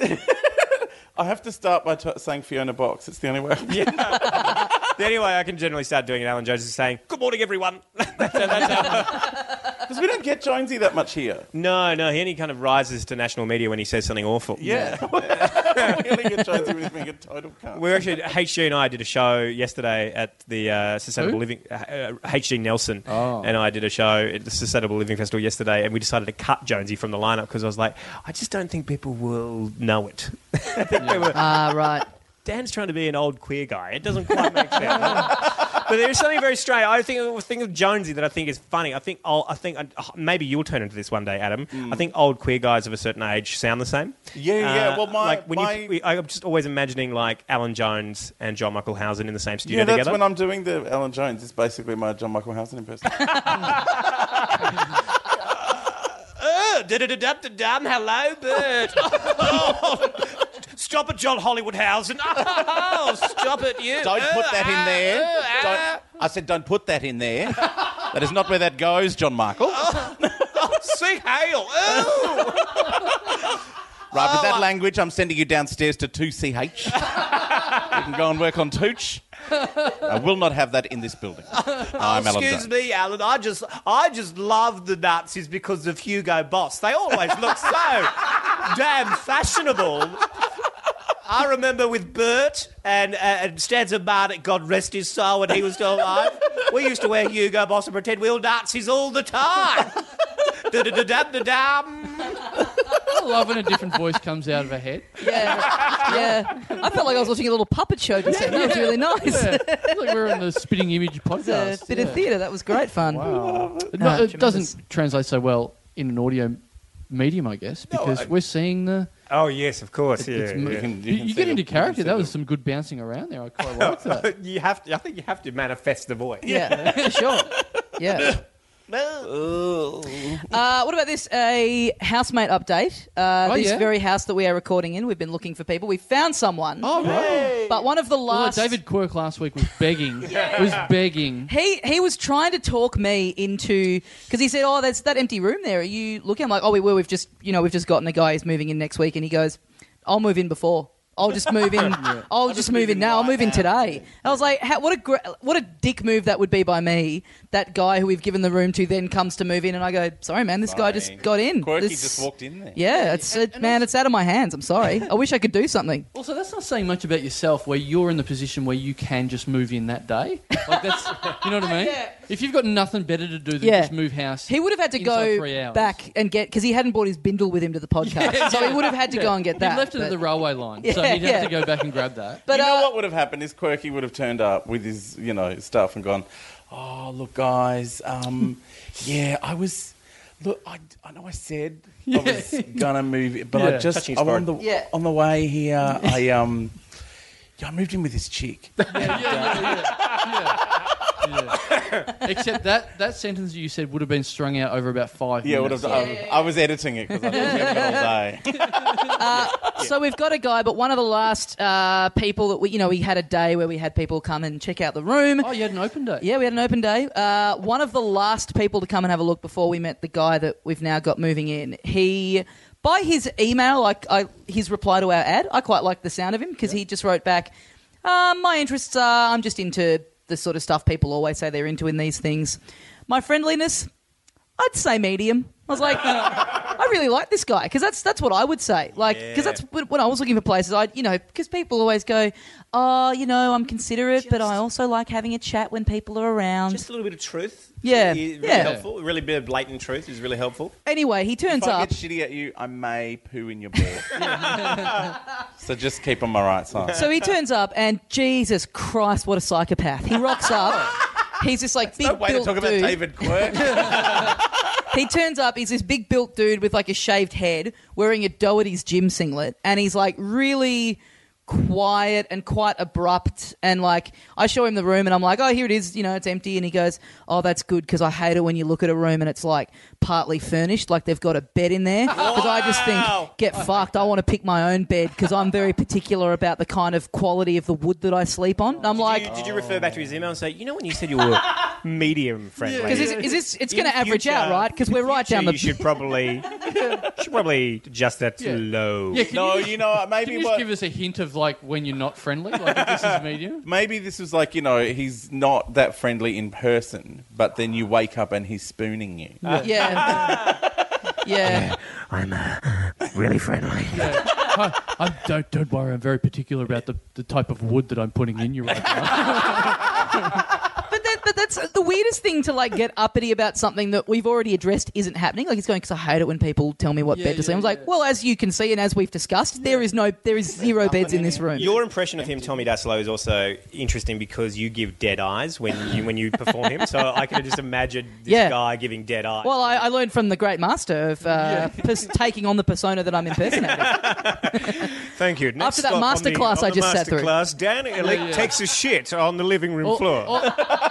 [SPEAKER 4] I have to start by t- saying Fiona Box. It's the only way. Yeah.
[SPEAKER 3] The only way I can generally start doing it, Alan Jones, is saying, Good morning, everyone.
[SPEAKER 4] Because we don't get Jonesy that much here.
[SPEAKER 3] no, no, he only kind of rises to national media when he says something awful.
[SPEAKER 4] Yeah. we only get Jonesy with being a total cunt.
[SPEAKER 3] We were actually HG and I did a show yesterday at the uh, Sustainable
[SPEAKER 2] Who?
[SPEAKER 3] Living uh, uh, HG Nelson
[SPEAKER 2] Oh.
[SPEAKER 3] and I did a show at the Sustainable Living Festival yesterday, and we decided to cut Jonesy from the lineup because I was like, I just don't think people will know it. I think they were,
[SPEAKER 2] Uh,
[SPEAKER 1] Ah, right.
[SPEAKER 3] Dan's trying to be an old queer guy. It doesn't quite make sense. but there's something very strange. I think of think of Jonesy that I think is funny. I think I'll, I think uh, maybe you'll turn into this one day, Adam.
[SPEAKER 2] Mm.
[SPEAKER 3] I think old queer guys of a certain age sound the same.
[SPEAKER 4] Yeah, yeah.
[SPEAKER 3] Uh,
[SPEAKER 4] well, my.
[SPEAKER 3] like when
[SPEAKER 4] my
[SPEAKER 3] you, we- I'm just always imagining like Alan Jones and John Michael Housen in the same studio
[SPEAKER 4] yeah, that's
[SPEAKER 3] together.
[SPEAKER 4] when I'm doing the Alan Jones. It's basically my John Michael Housen impersonation.
[SPEAKER 3] Oh, da-da-da-dum-da-dum, hello, Bert. Oh, stop it, John Hollywoodhausen. Oh, stop it, you.
[SPEAKER 4] don't put that in there. Don't, I said, don't put that in there. That is not where that goes, John Michael.
[SPEAKER 3] See hail. Oh.
[SPEAKER 4] Right, with that language, I'm sending you downstairs to 2CH. you can go and work on Tooch. I will not have that in this building. I'm Alan
[SPEAKER 3] Excuse
[SPEAKER 4] Jones.
[SPEAKER 3] me, Alan. I just, I just love the Nazis because of Hugo Boss. They always look so damn fashionable. I remember with Bert and, uh, and Stanza Barnett, God rest his soul, when he was still alive. We used to wear Hugo Boss and pretend we were Nazis all the time. Da-da-da-dam-da-dam.
[SPEAKER 2] I love when a different voice comes out of her head.
[SPEAKER 1] Yeah, yeah. I felt like I was watching a little puppet show just then. That was really nice.
[SPEAKER 2] Yeah. It's like we're on the Spitting Image
[SPEAKER 1] It's a
[SPEAKER 2] podcast.
[SPEAKER 1] bit
[SPEAKER 2] yeah.
[SPEAKER 1] of theatre. That was great fun.
[SPEAKER 2] No, it
[SPEAKER 1] tremendous.
[SPEAKER 2] doesn't translate so well in an audio medium, I guess,
[SPEAKER 4] No,
[SPEAKER 2] because
[SPEAKER 4] I-
[SPEAKER 2] we're seeing the.
[SPEAKER 3] Oh yes, of course. Yeah,
[SPEAKER 2] it's mo-
[SPEAKER 4] You
[SPEAKER 2] you,
[SPEAKER 4] can- you
[SPEAKER 2] you
[SPEAKER 4] can see
[SPEAKER 2] get
[SPEAKER 4] the-
[SPEAKER 2] into
[SPEAKER 4] you can
[SPEAKER 2] character.
[SPEAKER 4] see
[SPEAKER 2] That was
[SPEAKER 4] the-
[SPEAKER 2] some good bouncing around there. I quite liked that.
[SPEAKER 3] yeah. you have to. I think you have to manifest the voice.
[SPEAKER 1] Yeah, sure. Yeah. Uh, what about this? A housemate update. Uh,
[SPEAKER 2] Oh,
[SPEAKER 1] this
[SPEAKER 2] yeah.
[SPEAKER 1] very house that we are recording in, we've been looking for people. We found someone,
[SPEAKER 2] Oh, right.
[SPEAKER 1] but one of the
[SPEAKER 2] Although
[SPEAKER 1] last
[SPEAKER 2] David Quirk last week was begging. Was begging.
[SPEAKER 1] He he was trying to talk me into because he said, "Oh, that's that empty room there. Are you looking?" I'm like, "Oh, we were. We've just you know we've just gotten a guy who's moving in next week." And he goes, "I'll move in before. I'll just move in. I'll just move in now. I'll move in today." And I was like, how, "What a gr- what a dick move that would be by me. That guy who we've given the room to then comes to move in, and I go, "Sorry, man, this guy just
[SPEAKER 4] Fine.
[SPEAKER 1] got in.
[SPEAKER 4] Quirky
[SPEAKER 1] This-
[SPEAKER 4] just walked in there.
[SPEAKER 1] Yeah, it's it, man, it's out of my hands. I'm sorry. I wish I could do something.
[SPEAKER 2] Also, that's not saying much about yourself where you're in the position where you can just move in that day. Like, that's, you know what I mean?
[SPEAKER 1] Yeah.
[SPEAKER 2] If you've got nothing better to do than
[SPEAKER 1] Yeah.
[SPEAKER 2] just move house.
[SPEAKER 1] He would have had to
[SPEAKER 2] Inside three
[SPEAKER 1] go
[SPEAKER 2] hours.
[SPEAKER 1] back and get because he hadn't brought his bindle with him to the podcast, so he would have had to go and get that.
[SPEAKER 2] He left it
[SPEAKER 1] but-
[SPEAKER 2] at the railway line, so
[SPEAKER 1] Yeah,
[SPEAKER 2] he'd
[SPEAKER 1] yeah.
[SPEAKER 2] have to go back and grab that.
[SPEAKER 1] But
[SPEAKER 4] you
[SPEAKER 1] uh,
[SPEAKER 4] know what would have happened is Quirky would have turned up with his, you know, stuff and gone, "Oh, look, guys, um, yeah, I was, look, I, I know I said I was gonna move, it, but I
[SPEAKER 2] Yeah.
[SPEAKER 4] just,
[SPEAKER 3] Touching
[SPEAKER 4] I,
[SPEAKER 3] his
[SPEAKER 4] on the
[SPEAKER 1] Yeah.
[SPEAKER 4] on the way here, I um, yeah, I moved in with this chick.
[SPEAKER 2] yeah, yeah, yeah, yeah, yeah. Except that, that sentence that you said would have been strung out over about five
[SPEAKER 4] Yeah, would
[SPEAKER 2] minutes.
[SPEAKER 4] have. I, I was editing it because I was having it all day.
[SPEAKER 1] so we've got a guy, but one of the last uh, people that we, you know, we had a day where we had people come and check out the room.
[SPEAKER 2] Oh, you had an open day.
[SPEAKER 1] Yeah, we had an open day. Uh, one of the last people to come and have a look before we met the guy that we've now got moving in. He, by his email, like I, his reply to our ad, I quite liked the sound of him because he just wrote back, um, "My interests are I'm just into the sort of stuff people always say they're into in these things. My friendliness, I'd say medium." I was like, "Uh, I really like this guy because that's that's what I would say. Like, because that's when when I was looking for places, I you know because people always go, oh, you know, I'm considerate, but I also like having a chat when people are around.
[SPEAKER 3] Just a little bit of truth.
[SPEAKER 1] Yeah,
[SPEAKER 3] is really
[SPEAKER 1] yeah.
[SPEAKER 3] helpful. Really, bit of blatant truth is really helpful.
[SPEAKER 1] anyway, he turns
[SPEAKER 4] If I
[SPEAKER 1] up.
[SPEAKER 4] get shitty at you, I may poo in your ball. so just keep on my right side.
[SPEAKER 1] So he turns up, and Jesus Christ, what a psychopath! He rocks up. He's this like big
[SPEAKER 4] no way to
[SPEAKER 1] built
[SPEAKER 4] talk about
[SPEAKER 1] dude.
[SPEAKER 4] David Quirk.
[SPEAKER 1] He turns up. He's this big built dude with like a shaved head, wearing a Doherty's gym singlet, and he's like really quiet and quite abrupt. And like, I show him the room, and I'm like, "Oh, here it is. You know, it's empty." And he goes, "Oh, that's good because I hate it when you look at a room and it's like partly furnished, like they've got a bed in there." Because I just
[SPEAKER 3] Wow.
[SPEAKER 1] think, get fucked. I want to pick my own bed because I'm very particular about the kind of quality of the wood that I sleep on. And I'm
[SPEAKER 3] Did
[SPEAKER 1] like,
[SPEAKER 3] you, did you refer back to his email and say, you know, when you said you were medium friendly?
[SPEAKER 1] Because is, is this? It's
[SPEAKER 3] In
[SPEAKER 1] going to average
[SPEAKER 3] future-
[SPEAKER 1] out, right? Because we're right
[SPEAKER 3] future
[SPEAKER 1] down the.
[SPEAKER 3] uh, You should probably should probably adjust that to
[SPEAKER 2] Yeah.
[SPEAKER 3] low.
[SPEAKER 2] Yeah, can
[SPEAKER 4] no,
[SPEAKER 2] you,
[SPEAKER 4] you know, what,
[SPEAKER 2] can
[SPEAKER 4] maybe
[SPEAKER 2] you just
[SPEAKER 4] what.
[SPEAKER 2] give us a hint of like when you're not friendly? Like if this is medium.
[SPEAKER 4] Maybe this was like, you know, he's not that friendly in person, but then you wake up and he's spooning you.
[SPEAKER 2] Uh,
[SPEAKER 1] yeah. yeah.
[SPEAKER 5] I'm uh, really friendly.
[SPEAKER 2] I don't don't worry. I'm very particular about the, the type of wood that I'm putting in you right now.
[SPEAKER 1] But, that, but that's the weirdest thing to like get uppity about something that we've already addressed isn't happening. Like it's going because I hate it when people tell me what
[SPEAKER 2] Yeah,
[SPEAKER 1] bed to sleep.
[SPEAKER 2] yeah,
[SPEAKER 1] I was like,
[SPEAKER 2] yeah.
[SPEAKER 1] well, as you can see and as we've discussed, there is no, there is zero beds in this room.
[SPEAKER 3] Your impression of him, Tommy Daslow, is also interesting because you give dead eyes when you when you perform him. So I can just imagine this
[SPEAKER 1] Yeah.
[SPEAKER 3] guy giving dead eyes.
[SPEAKER 1] well, I, I learned from the great master of uh, pers- taking on the persona that I'm impersonating.
[SPEAKER 3] Thank you. Next
[SPEAKER 1] After that
[SPEAKER 3] stop on the-
[SPEAKER 1] masterclass
[SPEAKER 3] on
[SPEAKER 1] I
[SPEAKER 3] the
[SPEAKER 1] just sat through.
[SPEAKER 3] masterclass, Dan Illick
[SPEAKER 2] yeah.
[SPEAKER 3] takes a shit on the living room
[SPEAKER 2] All-
[SPEAKER 3] floor.
[SPEAKER 2] all-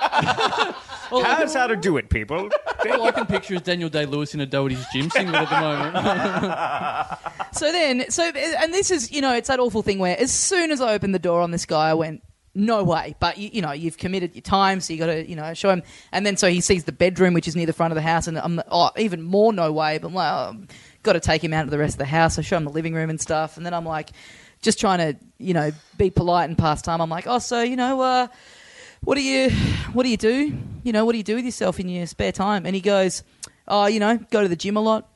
[SPEAKER 2] all I
[SPEAKER 3] That's
[SPEAKER 2] can-
[SPEAKER 3] how to do it, people.
[SPEAKER 2] All I can picture is Daniel Day Lewis in a Doherty's gym singlet at the moment.
[SPEAKER 1] So then, so and this is you know it's that awful thing where as soon as I opened the door on this guy, I went no way. But you, you know you've committed your time, so you got to you know show him. And then so he sees the bedroom, which is near the front of the house, and I'm like, oh even more no way. But I'm like, oh, got to take him out of the rest of the house. I show him the living room and stuff, and then I'm like, just trying to you know be polite and pass time. I'm like, oh so you know. uh what do you what do you do you know what do you do with yourself in your spare time and he goes oh you know go to the gym a lot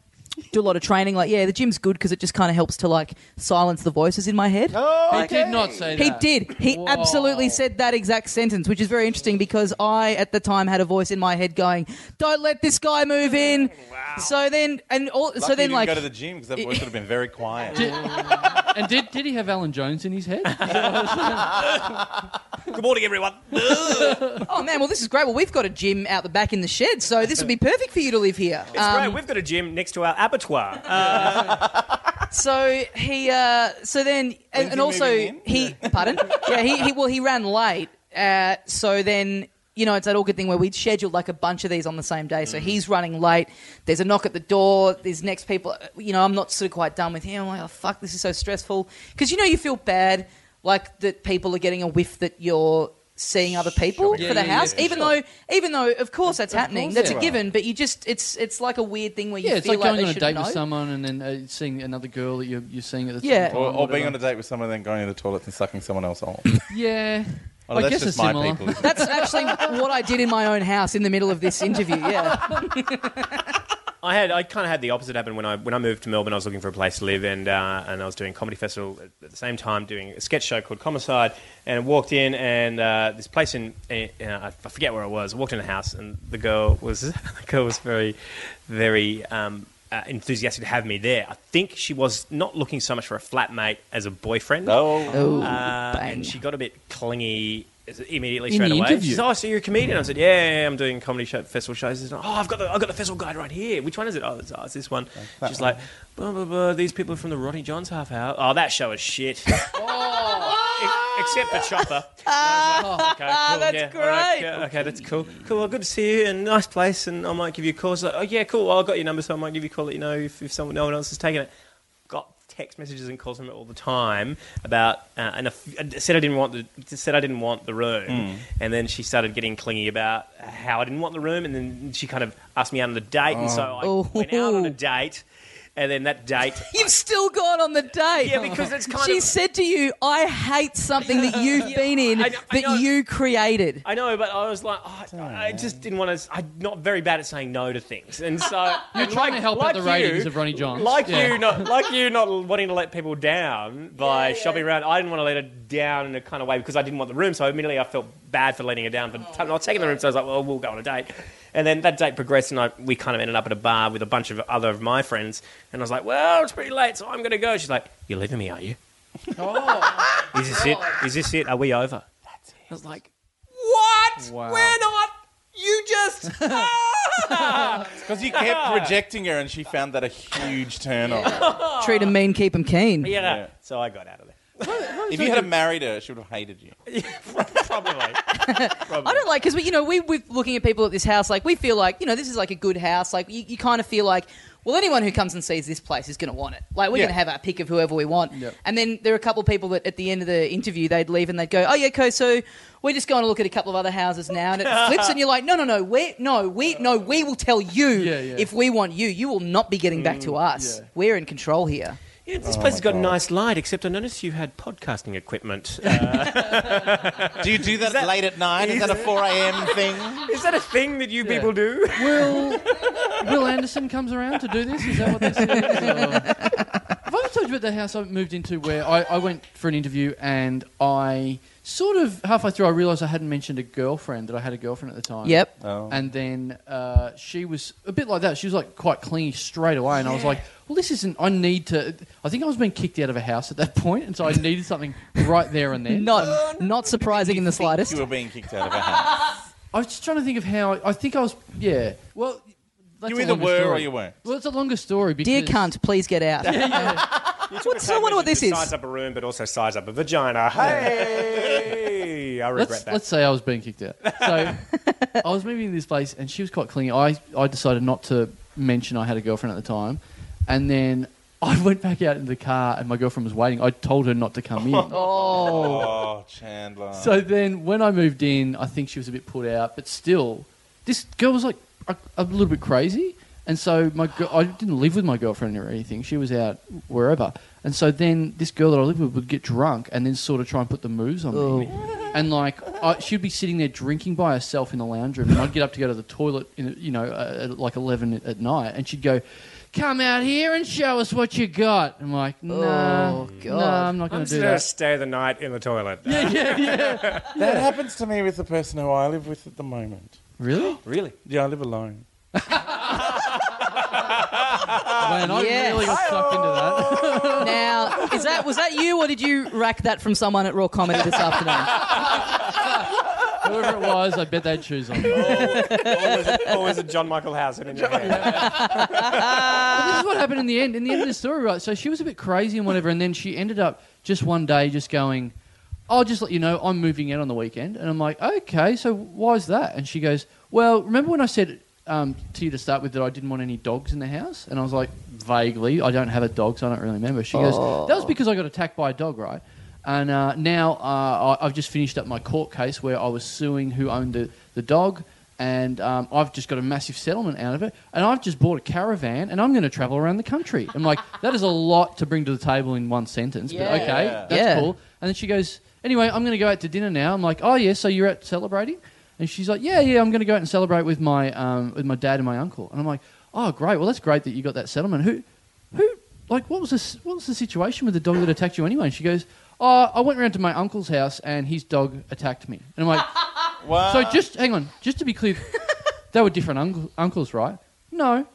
[SPEAKER 1] do a lot of training like yeah the gym's good because it just kind of helps to like silence the voices in my head
[SPEAKER 3] Oh,
[SPEAKER 2] He did not say that.
[SPEAKER 1] he did he
[SPEAKER 2] Whoa.
[SPEAKER 1] absolutely said that exact sentence which is very interesting because i at the time had a voice in my head going don't let this guy move in so then and all,
[SPEAKER 4] Lucky
[SPEAKER 1] so
[SPEAKER 4] you
[SPEAKER 1] then
[SPEAKER 4] didn't
[SPEAKER 1] like
[SPEAKER 4] go to the gym because that voice would have been very quiet.
[SPEAKER 2] And did, did he have Alan Jones in his head?
[SPEAKER 3] Good morning, everyone.
[SPEAKER 1] Oh man, well this is great. Well, we've got a gym out the back in the shed, so this would be perfect for you to live here.
[SPEAKER 3] It's great. We've got a gym next to our abattoir. Uh,
[SPEAKER 1] So he, uh, so then, and, and also
[SPEAKER 4] moving
[SPEAKER 1] he, pardon, yeah, he, he, well, he ran late. Uh, so then, you know, it's that all good thing where we'd scheduled like a bunch of these on the same day.
[SPEAKER 2] Mm.
[SPEAKER 1] So he's running late. There's a knock at the door. There's next people. You know, I'm not sort of quite done with him. I'm like, oh fuck, this is so stressful because you know you feel bad, like that people are getting a whiff that you're seeing other people
[SPEAKER 2] Yeah,
[SPEAKER 1] for the
[SPEAKER 2] yeah, yeah,
[SPEAKER 1] house
[SPEAKER 2] for
[SPEAKER 1] even
[SPEAKER 2] sure.
[SPEAKER 1] though even though of course that's happening
[SPEAKER 2] course
[SPEAKER 1] that's
[SPEAKER 2] they
[SPEAKER 1] a
[SPEAKER 2] are.
[SPEAKER 1] given but you just it's it's like a weird thing where you
[SPEAKER 2] yeah, it's
[SPEAKER 1] feel
[SPEAKER 2] like going
[SPEAKER 1] they
[SPEAKER 2] on a
[SPEAKER 1] should
[SPEAKER 2] date
[SPEAKER 1] know.
[SPEAKER 2] with someone and then uh, seeing another girl that you're, you're seeing at the
[SPEAKER 1] Yeah.
[SPEAKER 2] same time.
[SPEAKER 4] Or, or being on a
[SPEAKER 2] whatever.
[SPEAKER 4] date with someone, then going to the toilet and sucking someone else off.
[SPEAKER 2] Yeah.
[SPEAKER 4] Well,
[SPEAKER 2] I
[SPEAKER 4] that's
[SPEAKER 2] guess
[SPEAKER 4] just
[SPEAKER 2] it's
[SPEAKER 4] my
[SPEAKER 2] similar.
[SPEAKER 4] people.
[SPEAKER 1] That's actually what I did in my own house in the middle of this interview. Yeah.
[SPEAKER 3] I had I kind of had the opposite happen when I when I moved to Melbourne. I was looking for a place to live, and uh, and I was doing comedy festival at, at the same time, doing a sketch show called Homicide. And I walked in, and uh, this place in, in uh, I forget where I was. I walked in a house, and the girl was the girl was very very. Um, uh, enthusiastic to have me there. I think she was not looking so much for a flatmate as a boyfriend.
[SPEAKER 4] Oh,
[SPEAKER 1] Oh,
[SPEAKER 3] Uh,
[SPEAKER 1] bang.
[SPEAKER 3] and she got a bit clingy immediately
[SPEAKER 2] In
[SPEAKER 3] straight
[SPEAKER 2] the
[SPEAKER 3] away.
[SPEAKER 2] interview?
[SPEAKER 3] She said, "Oh, so you're a comedian?" I said, "Yeah, yeah, yeah, I'm doing comedy show, festival shows." She said, "Oh, I've got the I've got the festival guide right here. Which one is it? Oh, it's, oh, it's this one." She's like, blah, blah, blah, "These people are from the Rodney Johns half hour. Oh, that show is shit." E- Except for Chopper. "Oh, okay, cool,
[SPEAKER 1] that's
[SPEAKER 3] yeah, all right,
[SPEAKER 1] great.
[SPEAKER 3] yeah, okay, that's cool. Cool. Well, good to see you, and nice place. And I might give you a call. She's like, oh yeah, cool. Well, I got your number, so I might give you a call. Let you know if, if someone, no one else has taken it got text messages and calls from it all the time about uh, and a f- and said I didn't want the just said I didn't want the room,
[SPEAKER 2] Hmm.
[SPEAKER 3] and then she started getting clingy about how I didn't want the room, and then she kind of asked me out on a date, and so I
[SPEAKER 1] Oh.
[SPEAKER 3] went out on a date, and then that date.
[SPEAKER 1] You've still gone on the date.
[SPEAKER 3] Yeah, because it's kind
[SPEAKER 1] She
[SPEAKER 3] of-
[SPEAKER 1] said to you, "I hate something that you've been in
[SPEAKER 3] I know- I know.
[SPEAKER 1] that you created."
[SPEAKER 3] I know, but I was like, oh, I I just didn't want to. I'm not very bad at saying no to things, and so
[SPEAKER 2] You're
[SPEAKER 3] and
[SPEAKER 2] trying
[SPEAKER 3] like-
[SPEAKER 2] to help
[SPEAKER 3] like
[SPEAKER 2] out the
[SPEAKER 3] you-
[SPEAKER 2] ratings of Ronnie Johns.
[SPEAKER 3] like
[SPEAKER 2] Yeah.
[SPEAKER 3] you not like you not wanting to let people down by shopping around. I didn't want to let her down in a kind of way because I didn't want the room. So immediately I felt bad for letting her down for not taking the room. So I was like, well, we'll go on a date. And then that date progressed, and I, we kind of ended up at a bar with a bunch of other of my friends. And I was like, well, it's pretty late, so I'm going to go. She's like, you're leaving me, are you? Is this it? Is this it? Are we over? That's it. I was like, what?
[SPEAKER 2] Wow.
[SPEAKER 3] We're not. You just.
[SPEAKER 4] because you kept rejecting her, and she found that a huge turn off.
[SPEAKER 1] Treat 'em mean, keep 'em keen.
[SPEAKER 3] Oh. yeah. So I got out of there.
[SPEAKER 4] If you had married her, she would have hated you.
[SPEAKER 3] Probably.
[SPEAKER 1] I don't like because we, you know, we we're looking at people at this house. Like we feel like you know, this is like a good house. Like you, you kind of feel like, well, anyone who comes and sees this place is going to want it. Like we're
[SPEAKER 4] Yeah.
[SPEAKER 1] going to have our pick of whoever we want.
[SPEAKER 2] Yep.
[SPEAKER 1] And then there are a couple of people that at the end of the interview they'd leave and they'd go, oh yeah, okay, so we're just going to look at a couple of other houses now. And it flips, and you're like, no, no, no, we, no, we, no, we will tell you
[SPEAKER 2] Yeah, yeah.
[SPEAKER 1] if we want you. You will not be getting back to us.
[SPEAKER 2] yeah.
[SPEAKER 1] We're in control here.
[SPEAKER 3] Yeah, this place has got a nice light, except I noticed you had podcasting equipment. Uh,
[SPEAKER 4] Do you do that, late at night? Is that a 4 a.m. thing?
[SPEAKER 3] is that a thing that you
[SPEAKER 2] Yeah.
[SPEAKER 3] people do?
[SPEAKER 2] Will Will Anderson comes around to do this? Is that what this is? Or- Have I ever told you about the house I moved into where I, I went for an interview and I sort of halfway through I realised I hadn't mentioned a girlfriend that I had a girlfriend at the time.
[SPEAKER 1] Yep.
[SPEAKER 4] Oh.
[SPEAKER 2] And then uh, she was a bit like that. She was like quite clingy straight away, and I was like, "Well, this isn't. I need to. I think I was being kicked out of a house at that point, and so I needed something right there and then.
[SPEAKER 1] Not, not surprising in the slightest.
[SPEAKER 4] You were being kicked out of a house.
[SPEAKER 2] I was just trying to think of how. I think I was. Yeah. Well, that's
[SPEAKER 4] You
[SPEAKER 2] a
[SPEAKER 4] either
[SPEAKER 2] longer
[SPEAKER 4] were or
[SPEAKER 2] story.
[SPEAKER 4] you weren't.
[SPEAKER 2] Well, it's a longer story. Because
[SPEAKER 1] Dear cunt, please get out. What's, I wonder what this is.
[SPEAKER 3] Size up a room, but also size up a vagina. Hey, I regret
[SPEAKER 2] Let's,
[SPEAKER 3] that.
[SPEAKER 2] let's say I was being kicked out. So I was moving to this place, and she was quite clingy. I, I decided not to mention I had a girlfriend at the time, and then I went back out in the car, and my girlfriend was waiting. I told her not to come in.
[SPEAKER 4] Oh, Chandler.
[SPEAKER 2] So then when I moved in, I think she was a bit put out, but still, this girl was like a, a little bit crazy. And so my girl, I didn't live with my girlfriend or anything. She was out wherever. And so then this girl that I lived with would get drunk and then sort of try and put the moves on me. And like I, she'd be sitting there drinking by herself in the lounge room, and I'd get up to go to the toilet, in, you know, uh, at like eleven at- at night, and she'd go, "Come out here and show us what you got." I'm like, "No,
[SPEAKER 1] Oh, God.
[SPEAKER 2] I'm not
[SPEAKER 3] I'm
[SPEAKER 2] going to
[SPEAKER 3] just
[SPEAKER 2] do
[SPEAKER 3] gonna
[SPEAKER 2] that."
[SPEAKER 3] stay the night in the toilet.
[SPEAKER 2] Yeah, yeah, yeah.
[SPEAKER 4] that happens to me with the person who I live with at the moment.
[SPEAKER 2] Really?
[SPEAKER 3] Really?
[SPEAKER 4] Yeah, I live alone.
[SPEAKER 2] Man, I
[SPEAKER 1] Yes.
[SPEAKER 2] really got sucked into that.
[SPEAKER 1] Now, is that was that you, or did you rack that from someone at Raw Comedy this afternoon?
[SPEAKER 2] Whoever it was, I bet they'd choose on. me.
[SPEAKER 3] always, always a John Michael Housen in your head.
[SPEAKER 2] this is what happened in the end. In the end of the story, right? So she was a bit crazy and whatever, and then she ended up just one day just going, "I'll just let you know I'm moving out on the weekend." And I'm like, "Okay, so why's that?" And she goes, "Well, remember when I said um, to you to start with that I didn't want any dogs in the house?" And I was like, "Vaguely, I don't have a dog, so I don't really remember." She goes, "That was because I got attacked by a dog, right?" And uh, now uh, I- I've just finished up my court case where I was suing who owned the, the dog, and um, I've just got a massive settlement out of it. And I've just bought a caravan, and I'm going to travel around the country. I'm like, that is a lot to bring to the table in one sentence,
[SPEAKER 1] Yeah.
[SPEAKER 2] but okay, that's
[SPEAKER 1] Yeah.
[SPEAKER 2] cool. And then she goes, anyway, I'm going to go out to dinner now. I'm like, oh yeah, so you're out celebrating? And she's like, yeah, yeah, I'm going to go out and celebrate with my um, with my dad and my uncle. And I'm like, oh great, well that's great that you got that settlement. Who, who, like, what was this? What was the situation with the dog that attacked you anyway? And she goes, oh, I went round to my uncle's house and his dog attacked me. And I'm like,
[SPEAKER 4] Wow.
[SPEAKER 2] so just hang on, just to be clear, they were different uncle, uncles, right? No.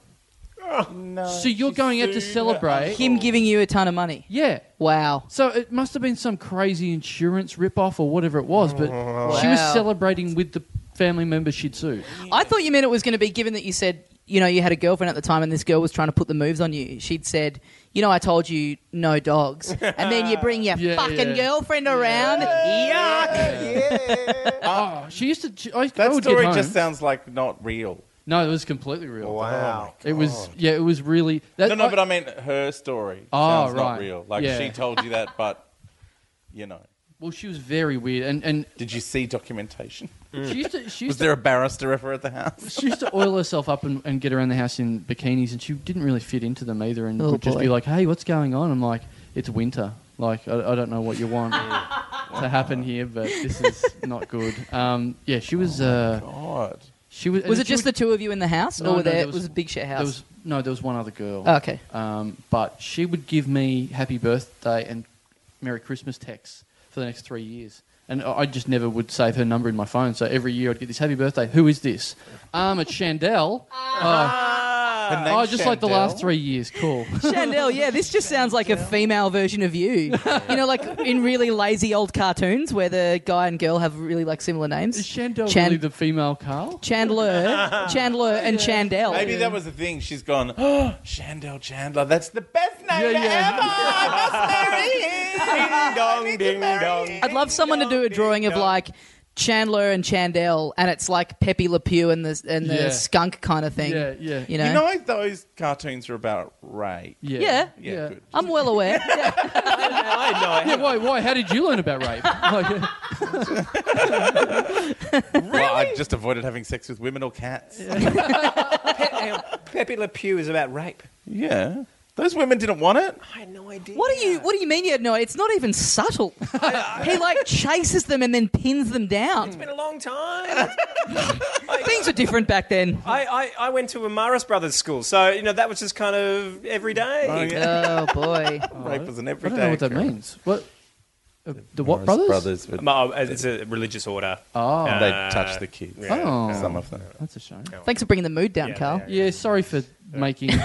[SPEAKER 4] no.
[SPEAKER 2] So you're going out to celebrate?
[SPEAKER 1] Him giving you a ton of money.
[SPEAKER 2] yeah.
[SPEAKER 1] Wow.
[SPEAKER 2] So it must have been some crazy insurance rip-off or whatever it was, but
[SPEAKER 4] Oh.
[SPEAKER 2] she was
[SPEAKER 1] Wow.
[SPEAKER 2] celebrating with the family member she'd sued.
[SPEAKER 1] I thought you meant it was going to be given that you said, you know, you had a girlfriend at the time and this girl was trying to put the moves on you. She'd said, you know, I told you no dogs. And then you bring your
[SPEAKER 2] Yeah,
[SPEAKER 1] fucking
[SPEAKER 2] yeah.
[SPEAKER 1] girlfriend around. Yuck.
[SPEAKER 2] Oh, she used to. She, I, I
[SPEAKER 4] Uh, That
[SPEAKER 2] would
[SPEAKER 4] story
[SPEAKER 2] get home.
[SPEAKER 4] just sounds like not real.
[SPEAKER 2] no, it was completely real.
[SPEAKER 4] Wow.
[SPEAKER 2] It was yeah, it was really. That,
[SPEAKER 4] No, no, but I mean her story
[SPEAKER 2] Uh, Oh,
[SPEAKER 4] sounds
[SPEAKER 2] right.
[SPEAKER 4] not real. Like
[SPEAKER 2] Yeah.
[SPEAKER 4] she told you that, but you know,
[SPEAKER 2] well, she was very weird, and and
[SPEAKER 4] did you see documentation?
[SPEAKER 2] she used to. She
[SPEAKER 4] Hmm. Was
[SPEAKER 2] used to
[SPEAKER 4] there a barrister ever at the house?
[SPEAKER 2] she used to oil herself up and, and get around the house in bikinis, and she didn't really fit into them either, and
[SPEAKER 1] Oh,
[SPEAKER 2] would just
[SPEAKER 1] boy.
[SPEAKER 2] be like, "Hey, what's going on?" I'm like, "It's winter. Like, I, I don't know what you want to happen here, but this is not good." Um, yeah, she was. uh,
[SPEAKER 4] God,
[SPEAKER 2] she was.
[SPEAKER 1] Was it
[SPEAKER 2] and she
[SPEAKER 1] just the
[SPEAKER 2] would-
[SPEAKER 1] two of you in the house,
[SPEAKER 2] No,
[SPEAKER 1] or
[SPEAKER 2] no,
[SPEAKER 1] were there,
[SPEAKER 2] there
[SPEAKER 1] was,
[SPEAKER 2] was-
[SPEAKER 1] was a big shit house?
[SPEAKER 2] There was, no, there was one other girl.
[SPEAKER 1] Oh, okay.
[SPEAKER 2] Um, but she would give me happy birthday and Merry Christmas texts for the next three years. And I I just never would save her number in my phone. So every year I'd get this happy birthday. Who is this? Um, it's Chandel. Oh,
[SPEAKER 4] Her
[SPEAKER 2] oh,
[SPEAKER 4] name's
[SPEAKER 2] just like the last
[SPEAKER 4] Chandel?
[SPEAKER 2] three years. Cool.
[SPEAKER 1] Chandel, yeah, this just sounds like a female version of you. You know, like in really lazy old cartoons where the guy and girl have really like similar names.
[SPEAKER 2] Is Chandel
[SPEAKER 1] Chan-
[SPEAKER 2] really the female Carl?
[SPEAKER 1] Chandler, Chandler, and Chandel.
[SPEAKER 4] Maybe that was the thing. She's gone. Oh, Chandel Chandler. That's the best name
[SPEAKER 2] Yeah, yeah.
[SPEAKER 4] ever. I must marry him. ding dong, ding dong.
[SPEAKER 1] I'd love someone to do a drawing of like Chandler and Chandel, and it's like Pepe Le Pew and the and the
[SPEAKER 2] Yeah.
[SPEAKER 1] skunk kind of thing.
[SPEAKER 2] Yeah, yeah.
[SPEAKER 1] You know.
[SPEAKER 4] You know those cartoons are about rape.
[SPEAKER 2] Yeah.
[SPEAKER 1] Yeah.
[SPEAKER 4] Yeah, good.
[SPEAKER 1] I'm well aware. Yeah.
[SPEAKER 3] I had no idea.
[SPEAKER 2] Yeah, why, why? How did you learn about rape? Like,
[SPEAKER 4] Well, I just avoided having sex with women or cats. Yeah.
[SPEAKER 3] Pepe Le Pew is about rape.
[SPEAKER 4] Those women didn't want it.
[SPEAKER 3] I had no idea.
[SPEAKER 1] What do you What do you mean you had no? It's not even subtle. he like chases them and then pins them down.
[SPEAKER 3] It's been a long time.
[SPEAKER 1] Things were different back then.
[SPEAKER 3] I, I, I went to a Maris Brothers school, so you know that was just kind of every day.
[SPEAKER 4] Oh, yeah.
[SPEAKER 1] Oh boy.
[SPEAKER 4] Rape was an
[SPEAKER 2] I
[SPEAKER 4] everyday.
[SPEAKER 2] don't know what that
[SPEAKER 4] occurrence.
[SPEAKER 2] means. What? Uh, the what
[SPEAKER 4] Morris
[SPEAKER 2] brothers?
[SPEAKER 4] Brothers would-
[SPEAKER 3] Um, It's a religious order.
[SPEAKER 2] Oh,
[SPEAKER 3] Uh,
[SPEAKER 4] they touch the kids.
[SPEAKER 3] yeah.
[SPEAKER 2] Oh.
[SPEAKER 4] Some of them.
[SPEAKER 2] that's a shame.
[SPEAKER 1] Thanks for bringing the mood down,
[SPEAKER 3] Yeah,
[SPEAKER 1] Carl.
[SPEAKER 3] yeah.
[SPEAKER 2] Yeah, sorry for making t-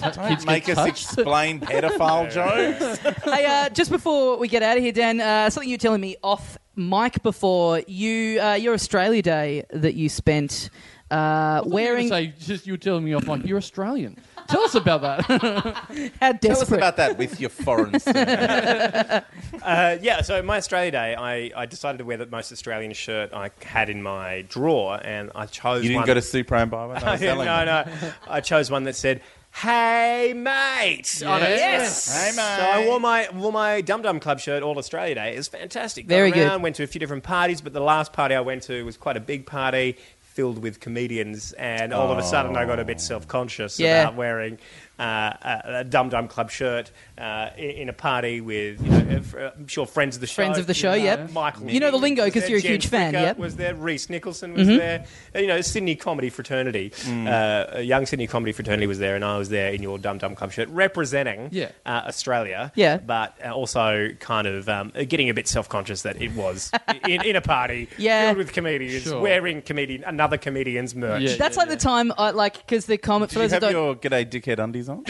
[SPEAKER 2] kids
[SPEAKER 4] Make
[SPEAKER 2] get
[SPEAKER 4] us
[SPEAKER 2] touched.
[SPEAKER 4] explain pedophile jokes.
[SPEAKER 1] Hey, uh, just before we get out of here, Dan, uh, something you were telling me off mic before you uh, your Australia Day that you spent uh, wearing.
[SPEAKER 2] Say, just you were telling me off like you're Australian. Tell us about that.
[SPEAKER 1] How
[SPEAKER 4] Tell us
[SPEAKER 1] desperate.
[SPEAKER 4] about that with your foreign surname.
[SPEAKER 3] Uh, yeah, so my Australia Day, I, I decided to wear the most Australian shirt I had in my drawer, and I chose.
[SPEAKER 4] You didn't
[SPEAKER 3] one-
[SPEAKER 4] go to Supra and buy one? I was
[SPEAKER 3] Yeah,
[SPEAKER 4] selling
[SPEAKER 3] no,
[SPEAKER 4] them.
[SPEAKER 3] no. I chose one that said, "Hey mate," on it.
[SPEAKER 2] Yes.
[SPEAKER 4] Hey, mate.
[SPEAKER 3] So I wore my wore my Dum Dum Club shirt all Australia Day. It was fantastic. Got
[SPEAKER 1] Very good.
[SPEAKER 3] around, Went to a few different parties, but the last party I went to was quite a big party filled with comedians, and all of a sudden I got a bit self conscious
[SPEAKER 1] Yeah.
[SPEAKER 3] about wearing. Uh, a, a Dum Dum Club shirt uh, in, in a party with, you know, f- I'm sure friends of the show.
[SPEAKER 1] Friends of the show, yep.
[SPEAKER 3] Michael.
[SPEAKER 1] You know the
[SPEAKER 3] Nick
[SPEAKER 1] lingo
[SPEAKER 3] was
[SPEAKER 1] 'cause
[SPEAKER 3] there,
[SPEAKER 1] you're a
[SPEAKER 3] Jen
[SPEAKER 1] huge fan,
[SPEAKER 3] Fricker
[SPEAKER 1] yep.
[SPEAKER 3] was was there. Reese Nicholson
[SPEAKER 2] Mm-hmm.
[SPEAKER 3] was there. Uh, You know, Sydney comedy fraternity. Uh, a young Sydney comedy fraternity was there, and I was there in your Dum Dum Club shirt, representing
[SPEAKER 2] Yeah.
[SPEAKER 3] uh, Australia.
[SPEAKER 1] Yeah.
[SPEAKER 3] but uh, also kind of um, getting a bit self conscious that it was in, in a party
[SPEAKER 1] Yeah.
[SPEAKER 3] filled with comedians
[SPEAKER 2] Sure.
[SPEAKER 3] wearing comedian another another comedian's merch.
[SPEAKER 2] Yeah.
[SPEAKER 1] That's like the time I like because the comic for
[SPEAKER 4] Do you
[SPEAKER 1] those that
[SPEAKER 4] have
[SPEAKER 1] don't
[SPEAKER 4] your G'day Dickhead undies on?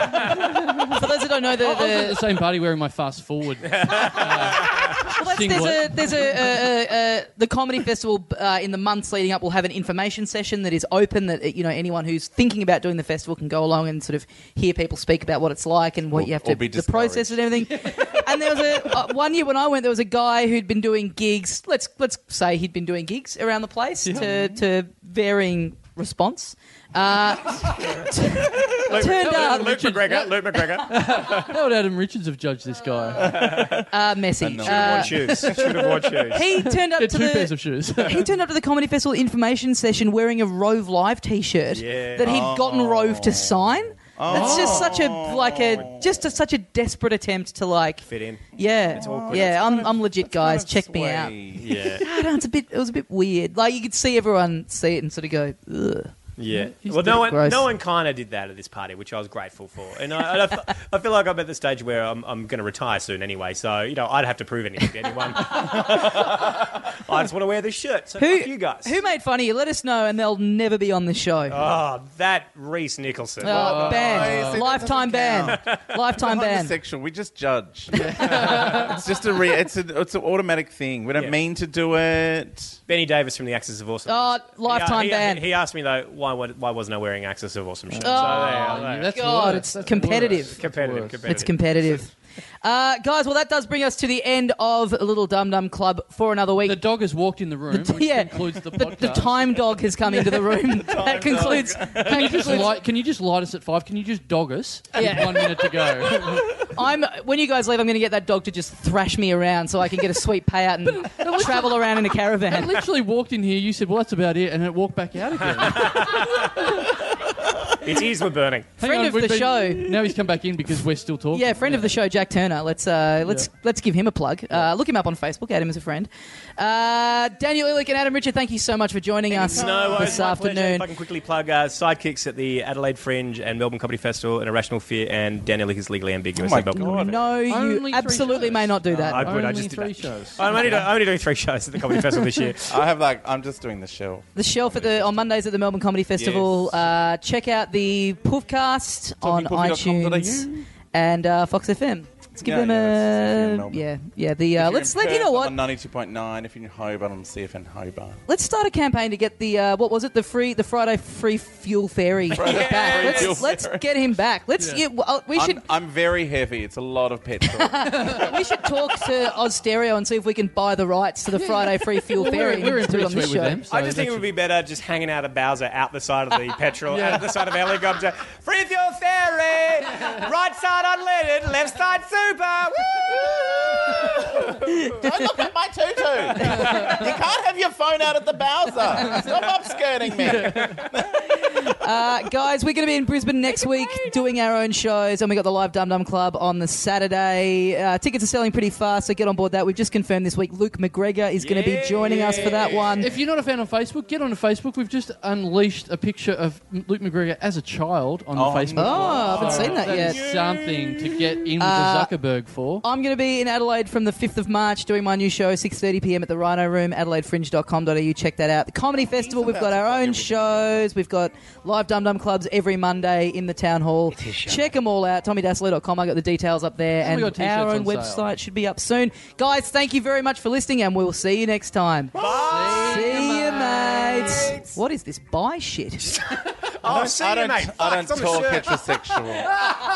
[SPEAKER 1] for those that don't know the,
[SPEAKER 2] I was at the
[SPEAKER 1] the
[SPEAKER 2] Uh, same party wearing my fast forward.
[SPEAKER 1] well, that's, there's a there's a uh, uh, uh, the comedy festival uh, in the months leading up will have an information session that is open that uh, you know anyone who's thinking about doing the festival can go along and sort of hear people speak about what it's like and what
[SPEAKER 4] Or-
[SPEAKER 1] you have
[SPEAKER 4] or
[SPEAKER 1] to
[SPEAKER 4] be
[SPEAKER 1] the process and
[SPEAKER 4] discouraged.
[SPEAKER 1] everything. and there was a uh, one year when I went, there was a guy who'd been doing gigs. Let's let's say he'd been doing gigs around the place to to varying response. Uh,
[SPEAKER 3] Luke,
[SPEAKER 1] Turned up.
[SPEAKER 3] Luke McGregor. Luke McGregor.
[SPEAKER 2] How would Adam Richards have judged this guy?
[SPEAKER 1] uh, messy.
[SPEAKER 4] Another
[SPEAKER 1] Uh,
[SPEAKER 3] Worn shoes. Should have worn shoes.
[SPEAKER 1] he turned up
[SPEAKER 2] Yeah,
[SPEAKER 1] to
[SPEAKER 2] two
[SPEAKER 1] the-
[SPEAKER 2] pairs of shoes.
[SPEAKER 1] he turned up to the comedy festival information session wearing a Rove Live T-shirt
[SPEAKER 3] Yeah.
[SPEAKER 1] that he'd gotten
[SPEAKER 4] Oh.
[SPEAKER 1] Rove to sign. That's just such a like a just a, such a desperate attempt to like
[SPEAKER 3] Fit in.
[SPEAKER 1] yeah
[SPEAKER 3] awkward.
[SPEAKER 1] yeah I'm I'm legit guys check me out.
[SPEAKER 3] Yeah.
[SPEAKER 1] I don't know, it's a bit it was a bit weird. Like you could see everyone see it and sort of go Ugh.
[SPEAKER 3] Yeah.
[SPEAKER 1] He's
[SPEAKER 3] well,
[SPEAKER 1] a bit
[SPEAKER 3] no one,
[SPEAKER 1] gross.
[SPEAKER 3] no one kind of did that at this party, which I was grateful for. And I, and I, fe- I feel like I'm at the stage where I'm, I'm going to retire soon anyway. So, you know, I'd have to prove anything to anyone. I just want to wear this shirt. So,
[SPEAKER 1] who
[SPEAKER 3] fuck you guys.
[SPEAKER 1] who made fun of you? Let us know and they'll never be on the show.
[SPEAKER 3] oh, that Reese Nicholson.
[SPEAKER 1] Uh,
[SPEAKER 4] Oh, you see,
[SPEAKER 1] ban.
[SPEAKER 4] that
[SPEAKER 1] Lifetime
[SPEAKER 4] doesn't
[SPEAKER 1] ban. Lifetime ban.
[SPEAKER 4] Homosexual. We just judge. it's just a re- it's a, it's an automatic thing. We don't
[SPEAKER 3] Yeah.
[SPEAKER 4] mean to do it.
[SPEAKER 3] Benny Davis from the Axis of Awesome.
[SPEAKER 1] Oh, lifetime
[SPEAKER 3] he, he,
[SPEAKER 1] ban.
[SPEAKER 3] He asked me, though, why, wa- why wasn't I wearing Axis of Awesome shirts?
[SPEAKER 1] Oh,
[SPEAKER 3] so, there,
[SPEAKER 2] yeah,
[SPEAKER 3] there.
[SPEAKER 2] that's
[SPEAKER 1] God,
[SPEAKER 2] worse.
[SPEAKER 1] it's
[SPEAKER 2] That's
[SPEAKER 1] competitive.
[SPEAKER 2] worse.
[SPEAKER 3] competitive,
[SPEAKER 2] That's worse.
[SPEAKER 3] competitive.
[SPEAKER 1] It's competitive. Uh, guys, well, that does bring us to the end of Little Dum Dum Club for another week.
[SPEAKER 2] The dog has walked in the room,
[SPEAKER 1] The-
[SPEAKER 2] which
[SPEAKER 1] yeah.
[SPEAKER 2] concludes the
[SPEAKER 1] the,
[SPEAKER 2] podcast.
[SPEAKER 1] the time dog has come into the room. that concludes. that
[SPEAKER 2] Just
[SPEAKER 1] concludes-
[SPEAKER 2] light, can you just light us at five? Can you just dog us? with
[SPEAKER 1] Yeah.
[SPEAKER 2] One minute to go.
[SPEAKER 1] I'm when you guys leave, I'm going to get that dog to just thrash me around so I can get a sweet payout and travel around in a
[SPEAKER 2] It
[SPEAKER 1] caravan.
[SPEAKER 2] literally walked in here. You said, "Well, that's about it," and it walked back out again. Hang
[SPEAKER 3] His ears were burning.
[SPEAKER 1] Friend of
[SPEAKER 2] we've
[SPEAKER 1] the show.
[SPEAKER 2] Now he's come back in because we're still talking.
[SPEAKER 1] Yeah, friend of the show, Jack Turner. Let's uh, let's let's give him a plug. Uh, look him up on Facebook. Add him as a friend. Uh, Daniel Ehrlich and Adam Richard, thank you so much for joining us
[SPEAKER 3] No, worries,
[SPEAKER 1] this
[SPEAKER 3] my pleasure.
[SPEAKER 1] afternoon.
[SPEAKER 3] If I can quickly plug uh, Sidekicks at the Adelaide Fringe and Melbourne Comedy Festival and Irrational Fear and Daniel Hick is Legally Ambiguous.
[SPEAKER 4] Oh my
[SPEAKER 3] at Melbourne
[SPEAKER 4] God.
[SPEAKER 3] Comedy Festival.
[SPEAKER 1] No,
[SPEAKER 2] Only
[SPEAKER 1] you
[SPEAKER 2] three
[SPEAKER 1] absolutely
[SPEAKER 2] shows.
[SPEAKER 1] may not do that.
[SPEAKER 3] I would.
[SPEAKER 2] Only
[SPEAKER 3] I just did
[SPEAKER 2] three
[SPEAKER 3] that.
[SPEAKER 2] shows.
[SPEAKER 3] I'm only, do- I'm only doing three shows at the Comedy Festival this year.
[SPEAKER 4] I have like I'm just doing the show.
[SPEAKER 1] The shelf at the on Mondays at the Melbourne Comedy Festival.
[SPEAKER 4] Yes.
[SPEAKER 1] Uh, check out the Poofcast on
[SPEAKER 4] TommyPoofy.com.au.
[SPEAKER 1] iTunes and uh, Fox FM. Let's give
[SPEAKER 4] Yeah,
[SPEAKER 1] them
[SPEAKER 4] yeah, that's easier in
[SPEAKER 1] a
[SPEAKER 4] Melbourne.
[SPEAKER 1] yeah, yeah. The uh, let's let you know what.
[SPEAKER 4] On ninety-two point nine. If you're in Hobart, on CFN Hobart.
[SPEAKER 1] Let's start a campaign to get the uh, what was it the free the Friday free fuel ferry back.
[SPEAKER 4] free fuel
[SPEAKER 1] Let's, let's get him back. Let's yeah.
[SPEAKER 2] Yeah.
[SPEAKER 1] well, uh, we should
[SPEAKER 4] I'm, I'm very heavy. It's a lot of petrol.
[SPEAKER 1] we should talk to Oz Stereo and see if we can buy the rights to the Friday free fuel
[SPEAKER 2] Well,
[SPEAKER 1] ferry.
[SPEAKER 2] we're,
[SPEAKER 1] and
[SPEAKER 2] we're
[SPEAKER 1] do
[SPEAKER 2] in
[SPEAKER 1] it
[SPEAKER 2] pretty
[SPEAKER 1] on this
[SPEAKER 2] sweet with
[SPEAKER 1] show.
[SPEAKER 2] them. So
[SPEAKER 3] I just think it
[SPEAKER 2] that's-
[SPEAKER 3] would be better just hanging out a Bowser out the side of the petrol,
[SPEAKER 2] Yeah.
[SPEAKER 3] out the side of our helicopter. Free fuel ferry, right side unleaded, left side super.
[SPEAKER 4] Don't look at my tutu. you can't have your phone out at the Bowser. Stop upskirting me.
[SPEAKER 1] Uh, guys, we're going to be in Brisbane next week doing our own shows, and we got the live Dum Dum Club on the Saturday. Uh, tickets are selling pretty fast, so get on board that. We've just confirmed this week Luke McGregor is going to be joining us for that one.
[SPEAKER 2] If you're not a fan on Facebook, get on to Facebook. We've just unleashed a picture of Luke McGregor as a child on
[SPEAKER 4] Oh,
[SPEAKER 2] Facebook.
[SPEAKER 4] no.
[SPEAKER 1] Oh, I haven't
[SPEAKER 2] So
[SPEAKER 1] seen that
[SPEAKER 2] is
[SPEAKER 1] yet.
[SPEAKER 2] Something to get in with
[SPEAKER 1] Uh,
[SPEAKER 2] the Zuckerberg for.
[SPEAKER 1] I'm going to be in Adelaide from the 5th of March doing my new show, 6:30 p.m. at the Rhino Room, adelaidefringe.com.au. Check that out. The Comedy Festival, we've got our own shows. We've got live Dum Dum Clubs every Monday in the Town Hall. Check them all out. TommyDassler.com. I got the details up there,
[SPEAKER 2] And
[SPEAKER 1] and,
[SPEAKER 2] we got t-shirts
[SPEAKER 1] our own
[SPEAKER 2] on sale.
[SPEAKER 1] website should be up soon. Guys, thank you very much for listening, and we'll see you next time.
[SPEAKER 3] Bye.
[SPEAKER 1] See you, mates. What is this buy shit?
[SPEAKER 3] Oh, see
[SPEAKER 4] I
[SPEAKER 3] you,
[SPEAKER 4] don't,
[SPEAKER 3] mate.
[SPEAKER 4] I
[SPEAKER 3] Fuck, it's
[SPEAKER 4] don't
[SPEAKER 3] on the
[SPEAKER 4] talk
[SPEAKER 3] shirt.
[SPEAKER 4] heterosexual.